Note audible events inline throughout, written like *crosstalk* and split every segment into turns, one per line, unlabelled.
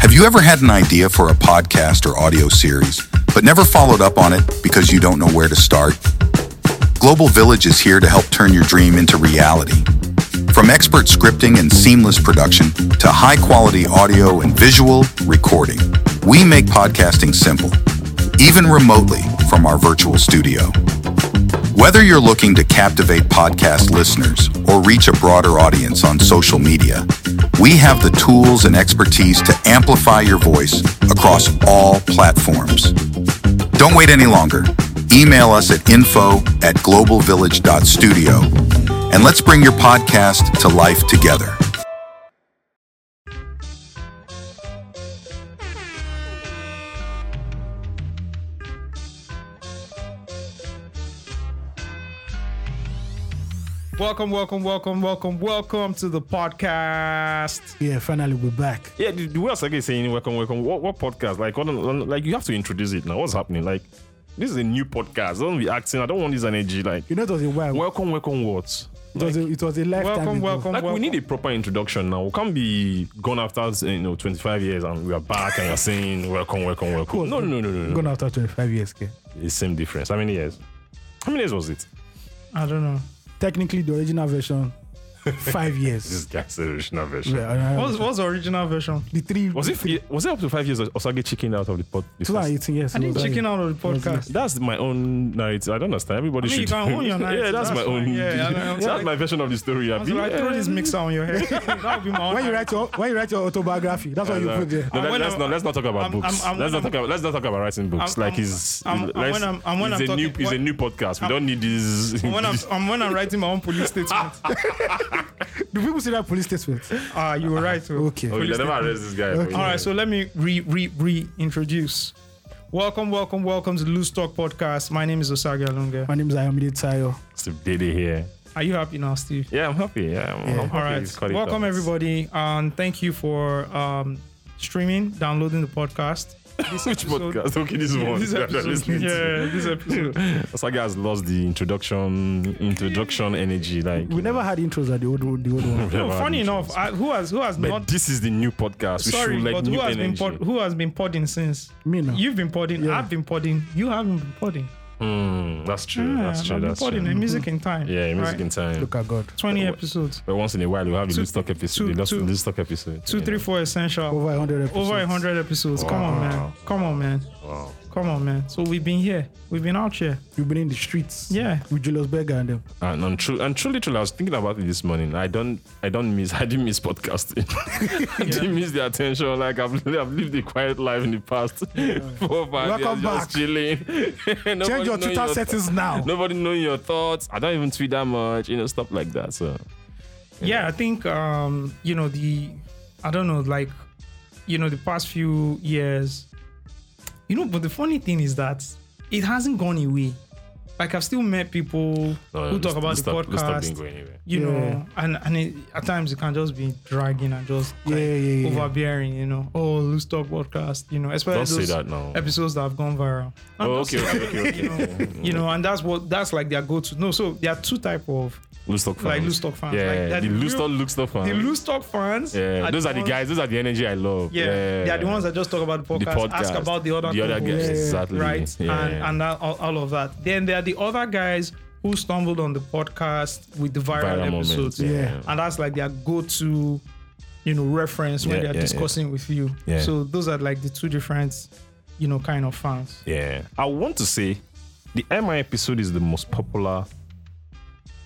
Have you ever had an idea for a podcast or audio series, but never followed up on it because you don't know where to start? Global Village is here to help turn your dream into reality. From expert scripting and seamless production to high quality audio and visual recording, we make podcasting simple, even remotely from our virtual studio. Whether you're looking to captivate podcast listeners or reach a broader audience on social media, we have the tools and expertise to amplify your voice across all platforms. Don't wait any longer. Email us at info at globalvillage.studio and let's bring your podcast to life together.
Welcome, welcome, welcome, welcome, welcome to the podcast.
Yeah, finally we're back.
Yeah, the, the way again saying welcome, welcome. What, what podcast? Like, what, on- like you have to introduce it now. What's happening? Like, this is a new podcast. Don't be acting. I don't want this energy. Like,
You know it was a while.
welcome, welcome. What?
it, was a, it was a lifetime
Welcome,
ago.
welcome,
Like, we
welcome.
need a proper introduction now. We can't be gone after you know 25 years and we are back and you're saying welcome, welcome, welcome. No, no, no, no, no.
Gone after 25 years, okay?
It's same difference. How many years? How many years was it?
I don't know. Technically, the original version,
*laughs*
five
This
years.
guy's the original version.
Yeah, I know.
What's, what's the original version?
the three
Was it was it up to five years? Osage chickened out of the pod. this was-
2018? Yes.
I
it
think
was
chicken
that
out of the
was
podcast.
That's my own narrative. I don't understand. Everybody
I mean, you
should.
can
*laughs*
own your
yeah,
narrative.
that's, my
That's
own.
fine. Yeah, I know.
*laughs* that's my version of the story.
I was like, throw this mixer on your head. *laughs* that would be my own.
When you write your when you write your autobiography, that's what you
No,
put there.
no,
when
let's,
I'm-
not, let's not talk about
I'm-
books.
I'm- I'm-
let's not
I'm-
talk about let's not talk about writing books.
I'm-
like
I'm-
it's
I'm- I'm-
let's-
when I'm- I'm- when
it's
I'm
a new
talking-
it's a
when-
new podcast. we don't need this.
when *laughs* I'm, I'm when I'm writing my own police
*laughs*
statement.
Do people see that police statement?
Ah, you were right. oh.
Okay.
*laughs* oh, you never arrest this guy.
Okay.
All right, so let me re re reintroduce. Welcome, welcome, welcome to Loose Talk Podcast. My name is Osage Alunga.
My name is Ayomide Tayo.
it's *laughs* a daily here.
Are you happy now, Steve?
Yeah, I'm happy. Yeah, I'm, I'm happy
All right.
he's cut it
Welcome,
out.
everybody. And thank you for um, streaming, downloading the podcast. This
Which *laughs* podcast? Okay, this one.
This
Yeah, I'm
episode.
listening to-
Yeah, this
*laughs*
episode.
Osaga has lost the introduction introduction energy. Like
We
*laughs*
never had intros at the old the old one.
No, funny enough, I, who has who has
But
not
this is the new podcast. We
sorry,
should like
but
new
who has been
energy.
pod, who has been podding since?
Me now.
You've been podding.
Yeah.
I've been podding. You haven't been podding.
Mm, that's true.
Yeah,
that's true.
I've been
That's
podding
true.
in music in time.
Yeah, music
right?
in time.
Look at God.
Twenty episodes.
But once in a while, we have the
Two-
loose talk episode.
two-
the loose,
two-
loose talk episode.
Two,
you
three,
know.
four essential.
Over 100 episodes.
Over a hundred episodes. Come on, man. Come on, man.
Wow.
Come on, man. So we've been here. We've been out here.
You've been in the streets.
Yeah.
With Julius Berger and them.
And, and, true, and truly, truly, I was thinking about it this morning. I don't, I don't miss, *laughs* I didn't miss podcasting. *laughs* I didn't miss the attention. Like I've, *laughs* I've lived a quiet life in the past *laughs* four, five
Welcome
years, just
back.
chilling. *laughs*
Change your Twitter settings now.
Nobody knowing your thoughts. I don't even tweet that much. You know, stuff like that. So
yeah i think um you know the i don't know like you know the past few years you know but the funny thing is that it hasn't gone away like i've still met people
no,
who
let's-
talk about
let's
the
stop- let's stop being
podcast
going anywhere.
you
Yeah.
know and and it, at times it can just be dragging and just
Yeah,
like,
yeah, yeah, yeah.
overbearing you know oh loose talk podcast you know especially
Don't say
those
that now.
episodes that have gone viral I'm
Oh,
just
okay, okay,
saying,
okay, okay.
*laughs* you know, you know and that's what that's like their go-to no so there are two type of
Loose talk fans.
Like loose talk fans.
Yeah,
Like, they're
the
the
loose
real-
talk, loose talk fans.
the loose talk fans
Um, yeah, those are the
ones-
guys. Those are the energy I love.
yeah, they are the ones that just talk about the podcast,
the podcast,
ask about the other,
the other
people,
guys, exactly.
right,
Yeah.
and and that, all, all of that. Then there are the other guys who stumbled on the podcast with the viral,
Viral moments,
episodes,
yeah.
Yeah.
and that's like their go-to, you know, reference when
Yeah,
they are
yeah, yeah.
discussing with you.
Yeah.
So those are like the two different, you know, kind of fans.
Yeah. I want to say the MI episode is the most popular,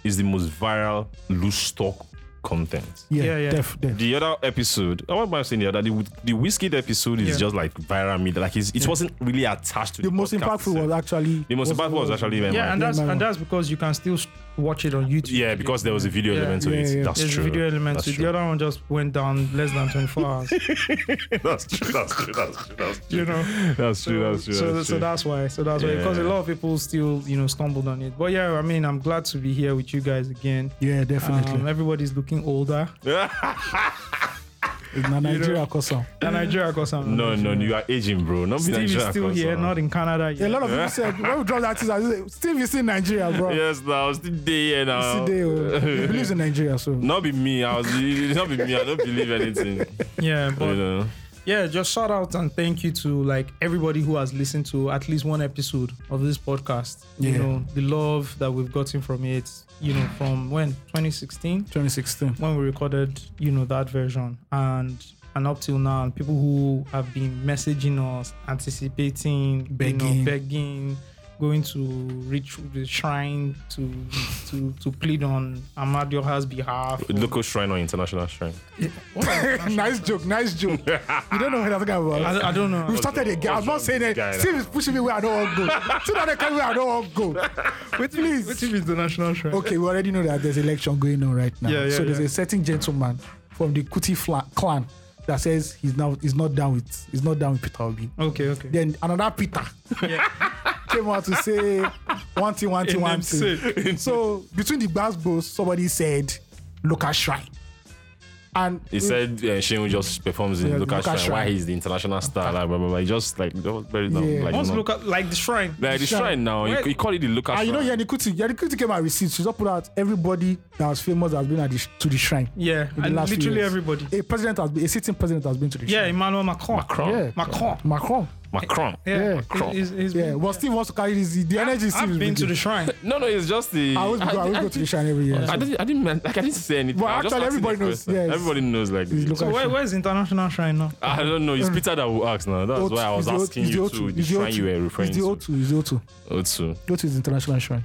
is the most viral loose talk content.
Yeah,
Yeah, yeah.
Def, def.
The other episode, I am I saying the other? The, the whiskey episode is
Yeah.
just like viral media. Like it's, it wasn't really attached to the,
the most
podcast
impactful
itself.
was actually
the most impactful was actually MI.
Yeah,
Yeah,
and that's
man.
and that's because you can still s- watch it on YouTube.
because there was a video
Yeah.
element to
Yeah,
it.
yeah.
That's
There's
true.
video elements.
That's
The
true.
other one just went down less than 24 hours.
That's true. That's true. That's true. That's true.
you know.
That's true. That's true.
so,
that's
so
true.
that's why. So that's why. Because a
Yeah.
lot of people still, you know, stumbled on it. But yeah, I mean, I'm glad to be here with you guys again.
Yeah, definitely.
Um, everybody's looking older.
it's na Nigeria custom.
And Nigeria got some.
No, no, you are aging, bro. Not
Steve is still here, not in Canada.
A
Yet.
lot of people said when we dropped that teaser, they said, Steve is in Nigeria, bro.
Yes, now it's the day here now.
See, they,
*laughs*
uh, he believes in Nigeria, so *laughs*
Not be me. I was. Not be me. I don't believe anything.
Yeah, but
you know.
yeah, just shout out and thank you to like everybody who has listened to at least one episode of this podcast.
Yeah.
You know, the love that we've gotten from it, you know, from when 2016
2016.
when we recorded, you know, that version and and up till now, and people who have been messaging us, anticipating, you
Begging.
know, begging, going to reach the shrine to to to plead on Amadioha's behalf.
Local shrine or international shrine?
What
*laughs*
are-
nice joke, nice
*laughs*
joke. you don't know what I'm talking about.
I, I don't know.
We've started a game. I'm not saying
Guy
it.
now.
Steve is pushing me where I don't want to
*laughs*
go. See that they carry where I don't want to go. Please.
Which is the national shrine?
Okay, we already know that there's election going on right now.
Yeah, yeah,
so there's
yeah.
a certain gentleman from the Kuti fla- clan that says he's now he's not down with he's not down with Peter Obi.
Okay, okay.
Then another Peter *laughs* came out to say one thing, one thing,
In
one
name's
thing. So between the bass bros, somebody said local shrine. And
He said uh, Shehu just performs in
Mm. Yeah,
local,
local
shrine. Why
shrine.
he's the international star? Like blah blah blah. He just like just very dumb.
Yeah.
Like,
Once
you know.
look at like the shrine.
like the
Shrine.
shrine now. He,
Where-
he called it the local
and
shrine.
you know Yanni Kuti, Yanni Kuti came out with receipts. She just put out everybody that was famous that has been at the, sh- to the shrine.
Yeah,
in the
and
last few
literally
years.
everybody.
A president has been, a sitting president has been to the
Yeah,
shrine.
Emmanuel Macron.
Macron.
Yeah.
Macron.
Macron.
Macron.
Yeah,
Macron.
He's- he's
Yeah,
been-
well, Steve wants to carry this. The energy Steve
I've
is
been to the
bringing. *laughs*
shrine.
No, no, it's just the.
I always go, I always go to the shrine every year.
I didn't, I didn't, like, I didn't say anything.
Well,
I was just
actually,
asking the
everybody knows,
question.
yes.
Everybody knows, like,
It's
this.
local.
So where, where's international shrine now?
I don't know. It's Peter that will ask now. That's
O2,
why I was
it's Mm. the
asking
O2,
you
it's the
to the
O2,
shrine you were referring
It's the
to. Oh,
O2. It's the O2. *laughs*
O2.
O2 is the international shrine.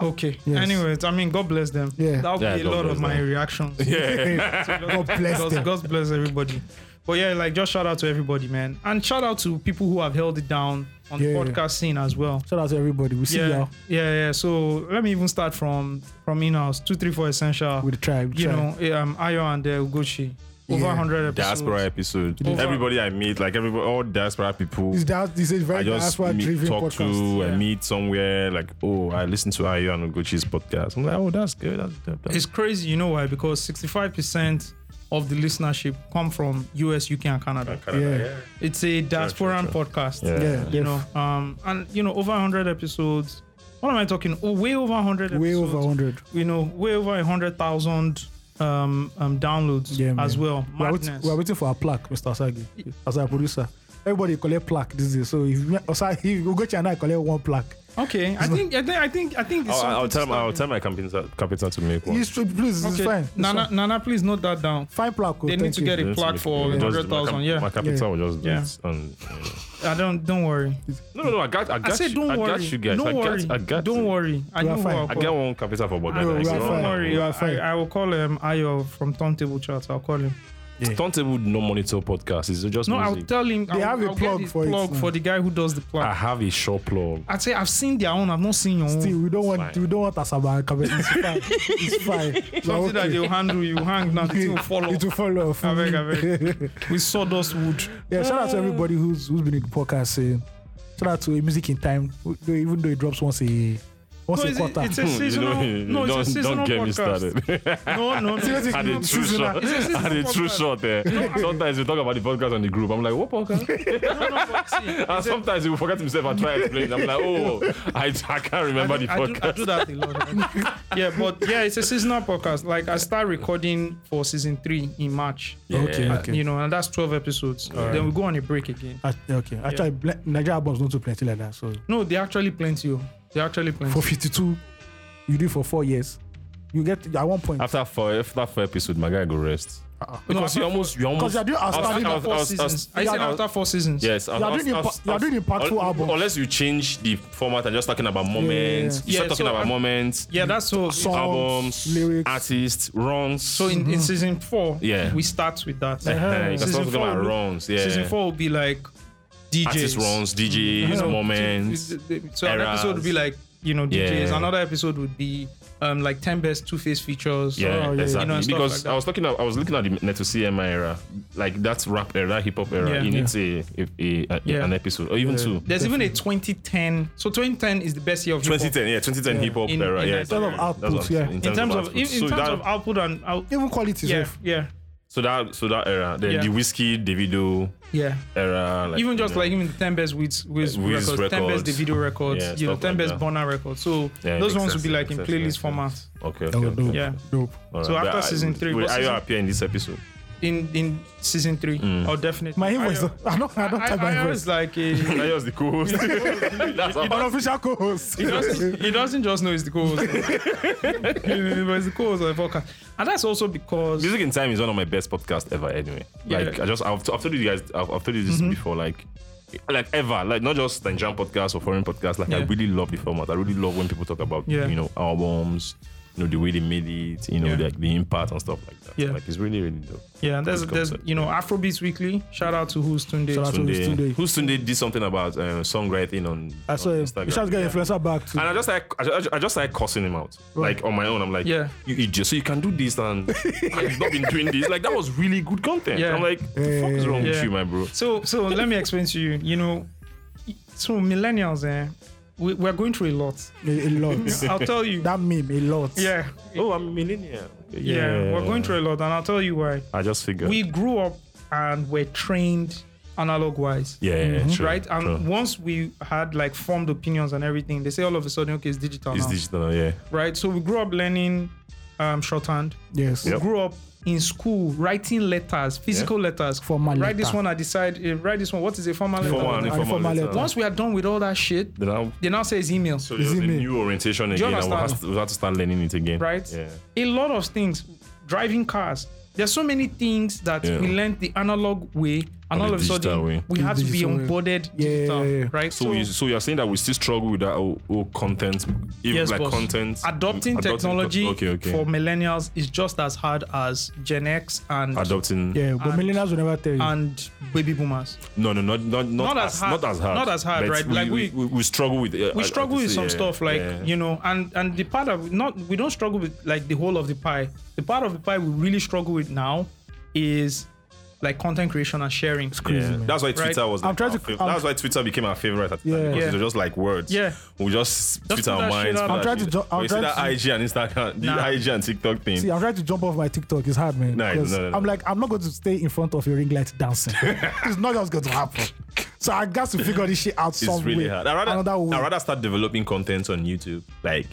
Okay.
Yes.
Anyways, I mean, God bless them.
Yeah.
That'll
Yeah,
be a
God
lot
bless
of my
them.
reactions.
*laughs* Yeah.
*laughs*
*laughs* God bless
God,
them.
God bless everybody. But yeah, like just shout out to everybody, man, and shout out to people who have held it down on
Yeah.
the podcast scene as well.
Shout out to everybody. We see
Yeah,
y'all
yeah, yeah. So let me even start from from in house two three four essential.
with the tribe.
you know, eh, um, Ayo and uh, Ugochi over
Yeah.
100 episodes.
diaspora episode.
Over.
Everybody I meet, like, everybody, all diaspora people.
it's that. This is
I
very
just
diaspora
meet,
driven
talk
podcast.
to uh,
Yeah.
and meet somewhere like, oh, I listen to Ayo and Ugochi's podcast. I'm like, oh, that's good. That's, that, that's
It's crazy, you know why? Because 65% of the listenership come from US, UK, and Canada.
Canada,
yeah.
It's a diasporan
Sure, sure,
podcast.
Yeah.
Yeah,
You
def-
know, um, and you know, over 100 episodes. What am I talking? Oh, way over 100.
way
episodes.
over 100.
You know, way over 100,000 um, um, downloads
Yeah,
as
man.
well.
We are, wait,
Madness.
we are waiting for our plaque, Mr. Asagi, as our producer. Everybody collect plaque this day. So if Osagi, Ugochi and I collect one plaque,
okay, I think, I think, I think, I think. it's
I'll, I'll
something
tell him. I'll
starting.
tell my computer, computer to make one.
it's true, please. It's
Okay,
fine. It's
Nana,
fine.
Nana, please note that down.
Fine plaque. oh,
They need
thank
to
you.
get a
Just
plaque
make-
for
just- my
100,000.
cap-
Yeah,
my capital will just do
Yeah.
it. And,
I don't. Don't worry.
no, no, no, I got, I got
I said,
you.
don't
I
worry.
got you guys.
Don't
I got,
worry.
I got
don't
you.
worry. I
We are
know who
fine.
I'll
I
call.
get one capital for Bogdan.
No, we are
Don't
fine.
worry.
We are fine.
I, I will call him Ayo from Turntable Chat. I'll call him.
Turntable no monitor podcast. It's just
No, I'll
music.
tell him. I'll,
have a
I'll get
plug
his
for it
plug
now.
for the guy who does the plug.
I have a short plug.
I'd say I've seen their own. I've not seen your own.
Still, we don't want
fine.
we don't want Asaba and Kabe. It's fine. It's fine. We are
*laughs* Something that
okay.
they'll handle. You hang now. The thing
*laughs*
will fall
It
off
will follow. off.
Abeg, abeg. with sawdust wood.
yeah, shout out to everybody who's who's been in the podcast. saying shout out to A Music in Time, who- though- even though it drops once a once
No,
a
it's,
quarter.
it's a
Hmm, You
seasonal.
know, *laughs*
No,
don't,
it's a seasonal
don't get me
podcast. *laughs*
started. *laughs*
No, no, no.
Seriously,
had a
it's
true
seasonal.
shot.
It's a seasonal
Had a true
podcast.
shot there. Sometimes we talk about the podcast on the group. I'm like, what
*laughs*
podcast?
No, no, but see,
*laughs* And sometimes he will forget himself and try and explain. I'm like,
*laughs*
oh, I, I can't remember the
I do, I
podcast.
do that a lot. yeah, but yeah, it's a seasonal podcast. Like I start recording for season three in March.
Yeah.
okay,
Uh,
okay.
You know, and that's twelve episodes. Then we go on a break again.
Ah, okay. Actually, Bla- Nigeria albums don't do plenty like that. So
No, they actually plenty. oh. They actually plenty.
for 52, you do it for four years. You get at one point.
After four, after four episode, my guy go rest. Because
No,
you almost, you
Because
almost.
you're doing
I was-
outstanding.
I
after
was-
four
I was- I was-
seasons. I said
yeah,
after four seasons.
Yes, I-
You're
I was-
doing
I
impa-
was-
you're
I was-
doing impactful
un-
albums.
Unless you change the format and just talking about moments, you
Yeah,
start talking
so
about
I'm-
moments,
Yeah, that's so.
Songs,
albums,
lyrics.
artists, runs.
So in, in season four,
Mm-hmm. Yeah.
we start with that.
uh, you can
Season
start talking
four
about
will-
runs. Yeah,
Season four Uh-huh. will be like DJs.
artist runs, DJs,
You know,
moments.
So so an
eras.
episode would be like you know DJs.
Yeah.
Another episode would be um like ten best two face features.
Yeah,
Oh, yeah,
exactly.
you know, and stuff like
because
that.
I was talking, I was looking at the Neto CMI era, like that's rap era, hip hop era.
Yeah.
It needs a, a, a, a-
Yeah.
eh, an episode or even two.
There's even a 2010. So 2010 is the best year of hip-hop.
2010, yeah, 2010 hip hop
In-
era,
in
yeah.
terms
exactly.
of output,
That's what I'm
yeah.
saying,
In terms of in, in
output. so
terms
that,
of output and out,
Even quality
yeah,
self.
yeah,
so that so that era, then
Yeah.
the whiskey, the video
yeah.
era, like,
even just
you know,
like even the 10 best with with
Wiz
records, 10 best
records.
the video records,
Yeah,
you know,
stuff
10
like
best
that.
Bonner records. So
Yeah, it
those
makes
ones would be
sense,
like in
makes sense,
playlist
makes
format.
sense. okay, okay,
That was
okay.
Oh, dope.
Yeah.
Dope.
All
So
right,
after
but I-
season three,
will
what
Ayo
season-
appear in this episode? *laughs*
in in season three.
Mm.
Oh, definitely.
My invoice.
I,
*laughs* I don't. I don't
I,
type my
I, I
invoice.
was like, uh, a,
I was the
*laughs*
co-host. That's how bad-
Unofficial co-host.
he, *laughs* doesn't, he doesn't just know it's the
*laughs*
co-host. it's the co-host of the podcast, and that's also because
Music in Time is one of my best podcasts ever. Anyway,
Yeah.
like I just I've, I've told you guys I've, I've told you
Mm-hmm.
this before. Like like ever like not just Nigerian podcast or foreign podcast. Like I
Yeah.
really love the format. I really love when people talk about
Yeah.
you know albums, you know the way they made it, you know
Yeah.
like the impact and stuff like that.
Yeah.
like it's really really dope.
yeah, there's
Good
there's
concept.
you know Afrobeats Weekly. Shout out to Who's Tunde.
Shout out to-
Sunday,
Sunday.
who's Sunday did something about uh, songwriting on,
I saw
on
him.
Instagram.
You should get
Yeah.
influencer back too.
And I just like I just, I just like cursing him out, like on my own. I'm like,
Yeah.
you idiot. So you can do this *laughs* and I've not been doing this. Like that was really good content.
Yeah.
I'm like, the fuck is wrong
Yeah.
with you, my bro?
So so let me explain to you. You know, so millennials, eh, we, we're going through a lot.
A, a lot.
I'll tell
*laughs*
you.
that meme, a lot.
yeah,
Oh, I'm a millennial.
yeah, we're going through a lot, and I'll tell you why.
I just figured.
We grew up and were trained analog wise.
yeah, yeah, yeah, true,
Mm-hmm. Mhm. right? And
true.
once we had like formed opinions and everything, they say all of a sudden, okay, it's digital
it's
now,
digital. Yeah,
right? So we grew up learning um, shorthand.
Yes.
Yep.
Grew up in school writing letters, physical letters.
Formal
Write this
letter.
one. I decide. eh, write this one. What is a formal letter?
formal and
And
informal.
informal
letter.
letter.
Once we are done with all that shit,
Then I'll,
they now say it's email.
so there's a
email.
new orientation
you
again. and we'll
understand?
have, to, we'll have to start learning it again.
right?
Yeah.
A lot of things, driving cars. There's so many things that
Yeah.
we learned the analog way, and
the
all of a
digital
sudden
way.
we
The
have to be
digital way.
onboarded
Yeah, yeah,
digital,
yeah.
right?
So, you, so you're saying that we still struggle with that oh, oh, content, even
yes,
like
boss.
content
adopting
co-
technology
okay, okay.
for millennials is just as hard as Gen X and
adopting.
Yeah, but millennials will never tell you.
and baby boomers.
No, no, not not not, as, hard. not as hard.
Not as hard,
But
right?
We,
Like,
we,
we-
we, we struggle with. uh,
We
I- I
struggle
would
with
say,
some
yeah,
stuff like
yeah.
you know, and and the part of not we don't struggle with like the whole of the pie. The part of the pie we really struggle with now is like content creation and sharing.
Yeah. That's why
Right.
Twitter was.
I'm
Like
trying
our
to-
fav-
I'm-
that's why Twitter became our favorite. At the
Yeah.
time, because
Yeah.
it was just like words.
Yeah.
We just,
Just
Twitter
put that shit
minds.
out.
put
I'm
that
trying to
shit-
jo- I'm
But you see
trying
that
to-
IG and Instagram, the
Nah.
IG and TikTok thing.
See, I'm trying to jump off my TikTok. It's hard, man.
Nah,
because
no, no, no.
I'm like, I'm not going to stay in front of a ring light
*laughs*
dancing. it's not just going to happen. So I got to figure this shit out
it's
some
really
way.
hard. I rather
Another way.
I rather start developing content on YouTube. Like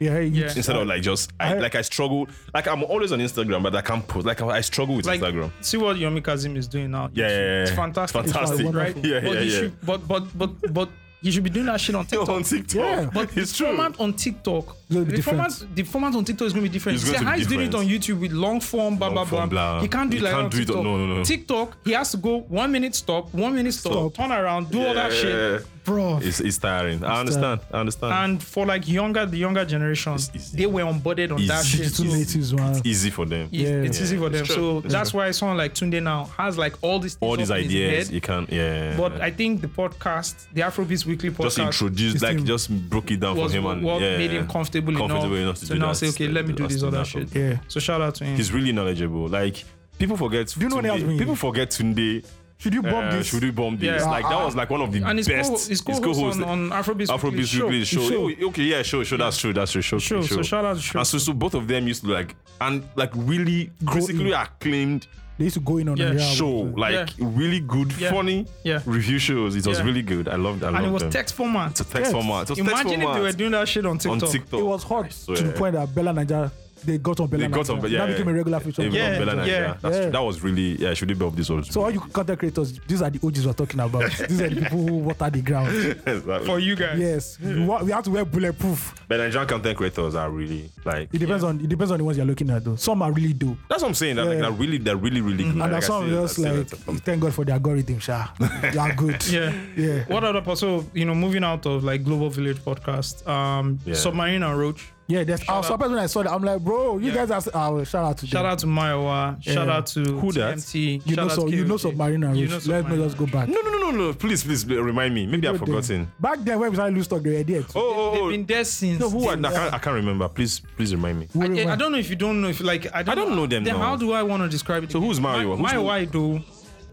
yeah, hey,
Yeah.
YouTube.
instead of like just I,
I-
like I struggle. Like I'm always on Instagram, but I can't post. Like I, I struggle with
Like
Instagram.
see what Yomi Kazim is doing now.
Yeah, yeah, yeah.
It's
yeah.
fantastic.
It's fantastic.
It's
Right?
wonderful.
*laughs* Yeah,
but
yeah,
he
yeah.
should but but but but he should be doing that
*laughs*
shit *laughs* on TikTok.
on TikTok.
Yeah.
*laughs* But
it's
the
true.
format on TikTok,
gonna be
the format, the format on TikTok is going to be different.
It's
See
going to
how
be
he's doing it on
different.
YouTube with long form, blah blah
Long
blah.
form, blah.
He can't do
He
like
can't
on
do it on-
TikTok.
no, no, no.
TikTok, he has to go one minute stop, one minute stop,
Stop.
turn around, do all that
Yeah.
shit, bro.
It's, it's tiring. I understand. I understand.
And for like younger, the younger generation,
easy.
they were onboarded on that
Easy.
shit.
Two
So
natives, man.
Easy for them.
it's, it's
*laughs* Yeah.
easy for
It's
them.
true.
So
It's
that's why someone like Tunde now has like all these things
All these
up in his
ideas,
head.
you can, yeah.
But I think the podcast, the Afrobeats Weekly
just
podcast,
introduced, like,
him.
just broke it down for
was
him and
what
yeah,
made him
yeah.
comfortable,
Comfortable enough to
so
do
now
that, uh,
say, okay, let me do
us
this other
that.
shit.
Yeah.
So shout out to him.
He's really knowledgeable. Like people forget.
you know what else we-
Tunde, people forget Tunde.
Should you bomb
uh,
this?
Should we bomb this?
Yeah.
Like that was like one of the
and his co
best.
his
his
co-host
co-host,
on, on Afrobeats, Weekly
Afrobeat
show.
Weekly show.
Show.
Oh, okay, yeah, sure, sure. That's true. That's true. Sure,
Show, so shout out to Show.
And so, so both of them used to like and like really critically acclaimed
They used to go in on
Yeah.
a
show. Like really good,
Yeah.
funny
Yeah.
review shows. It was
Yeah.
really good. I loved. I loved
And it was
them.
text format.
It's a
Yes.
text format. It was text
Imagine if
format
they were doing that shit on
on
TikTok.
TikTok.
It was hot
swear.
to the point that Bella Niger, they got on Bella
They got
Niger.
on, yeah,
that
yeah,
became a regular feature.
Even on
Yeah,
Bella Niger.
yeah.
That's
Yeah.
True. That was really, yeah, should they be of this was. *laughs*
So all you content creators, these are the OGs we're talking about. these are the people who water the ground.
Exactly.
For you guys.
Yes, we, wa- we have to wear bulletproof.
But Nigerian content creators are really like
It depends on it depends on the ones you're looking at though. Some are really dope,
that's what I'm saying. That like
Yeah.
they're really they're really really
Mm-hmm.
good.
and
Like,
there's
I
some
see- I
just
see that.
like thank God for the algorithm, sha. You are good.
*laughs* Yeah.
yeah.
What other pos- so you know, moving out of like Global Village podcast, um,
Yeah.
Submarine and Roach.
Yeah, that's I was
out.
surprised when I saw that. I'm like, bro, you
Yeah.
guys are. s- I will shout out to
Shout
them.
out to Mayowa. Shout
Yeah.
out to
Who dat?
TMT.
You
shout
know,
out
so
to
you know,
KOJ.
submarine and
You
Roach.
know
Let me
Submarine.
just go back.
No no no no no. Please please remind me. Maybe I've
Go there.
forgotten.
Back then, when we started lose talk, they were there.
Oh oh
They've
oh.
been there since.
No, who are, I
Yeah.
can't I can't remember. Please please remind me.
Who
I, I
remember?
don't know if you don't know if like I don't,
I don't know them
Then
now.
how do I want to describe it?
So who's Mayowa? Who's
My
who?
wife do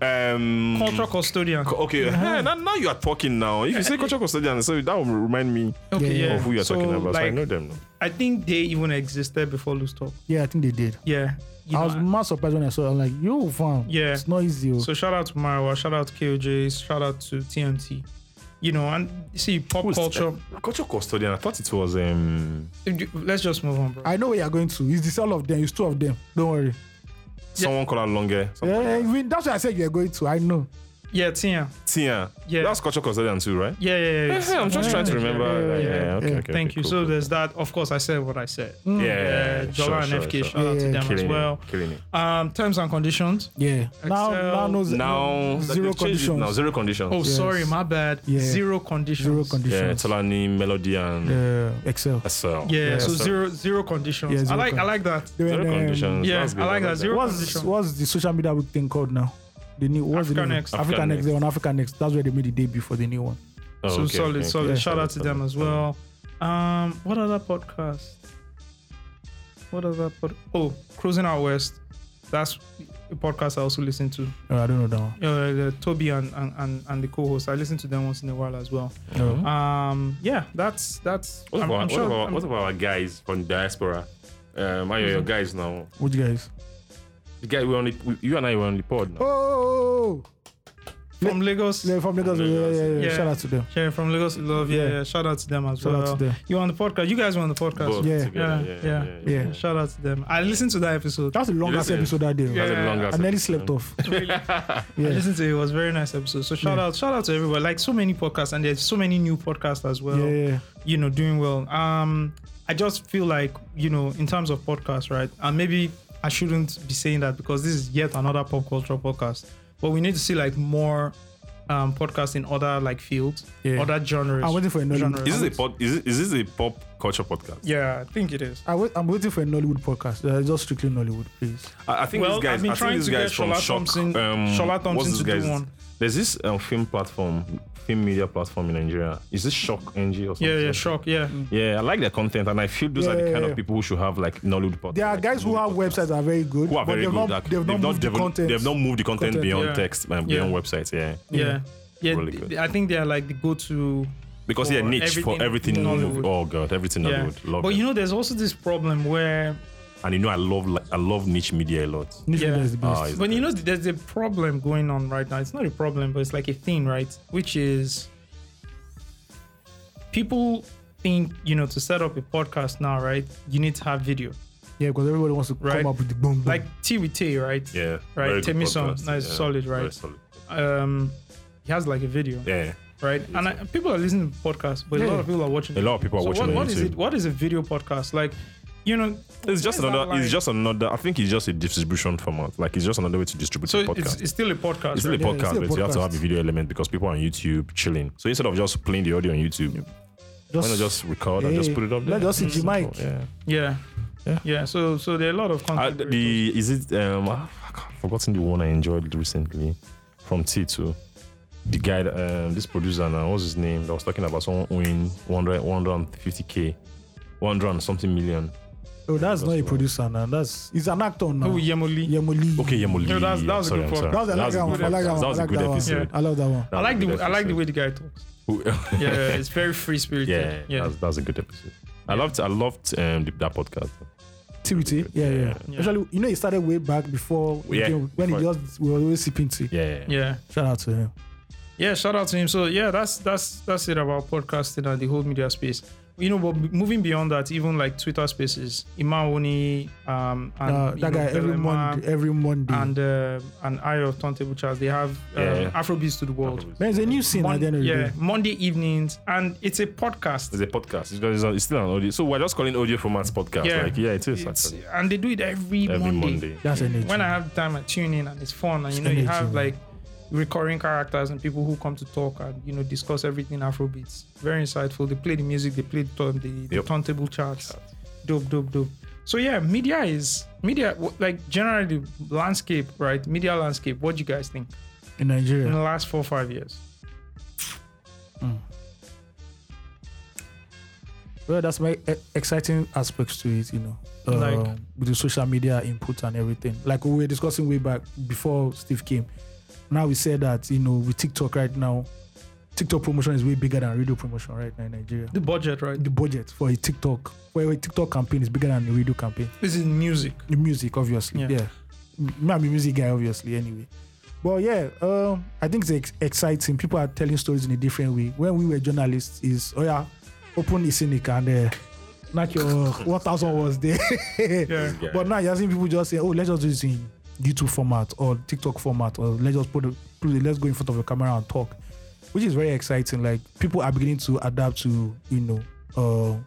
Um.
cultural custodian.
Okay. Yeah, *laughs* now, now you are talking now. If you say cultural custodian, so that will remind me
Okay,
Yeah.
Oh, yeah.
of who you are
So,
talking about. so I
like,
know them. Now.
I think they even existed before Loose Talk.
Yeah, I think they did.
Yeah. You
I
know,
was more surprised when I saw. it. I'm like, yo, fam.
Yeah.
It's not easy. oh.
so shout out to Marwa, shout out to KOJ, shout out to TMT. You know, and see pop
Who's-
culture.
uh, cultural custodian. I thought it was um.
Let's just move on, bro.
I know where you're going to. It's the cell of them. It's two of them. Don't worry.
Someone call her longer. Some-
Yeah, I mean, that's what I said you were going to. I know.
Yeah, Tia.
Tia.
Yeah.
That's culture consultant too, right?
Yeah, yeah, yeah.
Yeah, I'm just trying to remember.
yeah,
like,
yeah,
Yeah,
yeah.
okay,
Yeah.
okay.
Thank
okay,
you.
cool,
so
cool.
there's that. Of course, I said what I said.
Yeah, yeah,
Yeah,
yeah.
Jola
Sure,
and
sure,
FK,
sure.
shout out to
Yeah.
them as
Killing it,
well.
killing it.
Um, terms and conditions.
Yeah. Now,
Excel.
now knows zero
Now they've changed it
conditions.
Now zero conditions.
Oh, sorry, my bad.
Yeah.
Zero conditions.
zero
yeah,
conditions.
Tolani, Melody, and
Yeah, Excel.
Excel.
Yeah,
Yeah,
so
Excel.
zero zero conditions.
Yeah, zero
I like
con-
I like that.
They were,
Zero
um,
conditions.
yeah,
That's good,
I like that. Zero
What's
conditions.
what's the social media week thing called now? The new what's the
Africa
new
Next.
Africa,
Africa
Next.
Next.
They're on Africa Next. That's where they made the debut for the new one.
Oh,
so
okay,
solid,
okay,
solid.
okay.
Shout out to them as well. Um, what other podcast? What other pod? Oh, Cruising Out West. That's a podcast I also listen to.
Oh, I don't know that one.
Uh, the Toby and, and, and, and the co-host. I listen to them once in a while as well.
Mm-hmm.
No.
Um, yeah, that's that's.
Hmm. What
I'm,
about,
I'm
what,
sure.
about,
I'm- Mm-hmm.
what about our guys from diaspora? Um, are you your guys now?
Which guys?
The guy we only we, you and I were on the pod. Now.
Oh,
from Lagos?
yeah, from Lagos. Yeah, yeah, yeah, yeah.
Yeah.
Shout out to them.
Yeah, from Lagos to Love. Yeah,
Yeah.
yeah. Shout out to them as
Shout out
well.
to them.
You on the podcast? You guys were on the podcast.
Both
Yeah.
together,
Yeah,
yeah,
yeah,
yeah,
yeah.
yeah.
Shout out to them. I listened to that episode.
That's the longest
listen.
episode that day.
That's
Yeah.
a long
I
ass
nearly
episode.
slept off.
I
Yeah.
listened to it. It was a very nice episode. So shout
Yeah.
out, shout out to everybody. Like so many podcasts, and there's so many new podcasts as well.
Yeah, yeah,
You know, doing well. Um, I just feel like you know, in terms of podcasts, right? And maybe I shouldn't be saying that because this is yet another pop culture podcast. But we need to see like more um podcasts in other like fields,
Yeah.
other genres.
I'm waiting for a Nollywood.
Is this a pod? Is, it, is this a pop culture podcast?
yeah, I think it is.
I wait, I'm waiting for a Nollywood podcast. Uh, just strictly Nollywood, please.
I, I think
Well,
these guys.
I've been
I
trying
think these
to
guys
get
from
Shola
Shock.
Thompson-
um,
Shola
what's
Thompson
this
to do
guy's-
one.
There's this um, film platform, film media platform in Nigeria. Is this Shock NG or something?
Yeah, yeah, shock. Yeah,
Yeah, I like their content, and I feel those are the
Yeah,
kind
yeah.
of people who should have like Nollywood podcasts.
There are
like,
guys who
Nollywood
have
podcasts.
websites that are very good,
who are
but
very
they've
good.
not
like,
they've not moved the
developed-
content.
They've not moved the content,
Content.
beyond
Yeah.
text, um,
Yeah.
beyond websites. Yeah,
yeah, yeah.
Really
th-
good.
I think they are like the go-to
because yeah,
For
niche for everything
everything
Nollywood.
Nollywood.
Oh god, everything
Yeah.
Nollywood. Love
but
it.
you know, there's also this problem where,
and you know, I love like, I love niche media a lot.
Niche media
Yeah.
is the
Ah,
best.
it's
but you
good.
know, there's a problem going on right now. It's not a problem, but it's like a thing, right? Which is people think, you know, to set up a podcast now, right? You need to have video,
yeah, because everybody wants to
Right.
come up with the boom. boom.
like T with T, right?
Hmm. yeah,
Right,
very good
Temison,
podcast,
nice,
yeah,
solid,
very
right?
solid.
Um, he has like a video,
Yeah,
right? And I, people are listening to podcasts, but a lot
Yeah.
of people are watching.
a lot of people are
so
watching
what,
on
what
YouTube.
is it? What is a video podcast like? You know,
It's just
where's that
another. It's
line?
just another. I think it's just a distribution format. Like it's just another way to distribute
so
the podcast.
it's, it's still a podcast.
It's still a
right?
Yeah, it's
podcast,
still a
but you have to
podcast.
have a video element because people are on YouTube chilling. So instead of just playing the audio on YouTube, why not just record and just
Hey,
put it up there?
let's just hit the
Simple,
mic.
Yeah.
Yeah.
Yeah.
Yeah. So so there are a lot of
Uh,
content. creators.
the is it um I've forgotten the one I enjoyed recently from T2. The guy, that, um, this producer now, what's his name? That was talking about someone owing 100, 150k, 100 and something million.
Oh, that's not a producer now. That's he's an actor now.
oh Yemoli.
Yemoli.
Okay, Yemoli.
No, that's- that was a
sorry,
good
I'm
pod-
sorry.
That was, I like that one. I like that one.
That was
I
a
like
good
that one.
episode.
I love that one.
I like the I like the way
way.
the guy talks.
Yeah,
Yeah, it's very free spirited.
*laughs* yeah,
yeah.
That, was, that was a good episode. I loved I loved um, the, that podcast.
TBT. Yeah, yeah.
Yeah.
Actually, you know, he started way back before we
Oh, Yeah,
came- when he
before-
just we were always sipping tea.
Yeah, yeah, yeah.
yeah.
Shout out to him.
Yeah, shout out to him. So yeah, that's that's that's it about podcasting and the whole media space. You know, but moving beyond that, even like Twitter Spaces, Imaoni, um, and
Uh,
you
that
know,
guy every
Belema
Monday, every Monday.
and uh, and I of Turntable Charles, they have uh,
Yeah.
Afrobeats to the world.
There's a new scene at the end of
Mon-
the
yeah,
day.
Monday evenings, and it's a podcast.
It's a podcast. It's, it's- it's still an audio. So we're just calling audio formats podcast.
Yeah.
Like, yeah, it is
It's,
actually.
and they do it every,
Every
Monday.
Monday.
That's energy.
when I have time, I tune in and it's fun. And you know, you
energy,
have
man.
like recurring characters and people who come to talk and you know discuss everything Afrobeats. Very insightful. They play the music, they play the, the, the
Yep.
turntable charts. Dope, dope, dope. So yeah, media is media w- like generally landscape, right? Media landscape. What do you guys think
in
Mm.
in the
Nigeria.
last four five years?
Well, that's my e- exciting aspects to it, you know. Um,
Like-
with the social media input and everything. Like we were discussing way back before Steve came. Now we said that, you know, with TikTok right now, TikTok promotion is way bigger than radio promotion right now in Nigeria.
The budget, right?
The budget for a TikTok for a TikTok campaign is bigger than the radio campaign.
This is music.
The music, obviously.
Yeah.
Yeah. M- Me, I'm a music guy, obviously, anyway. But yeah, um, I think it's ex- exciting. People are telling stories in a different way. When we were journalists, is oh yeah, open Isinic and uh, knock your 1000 was there.
Yeah.
Yeah.
*laughs* But now you're seeing people just say, oh, let's just do this in YouTube format or TikTok format or let's just put a, put a- let's go in front of a camera and talk, which is very exciting. Like people are beginning to adapt to you know uh,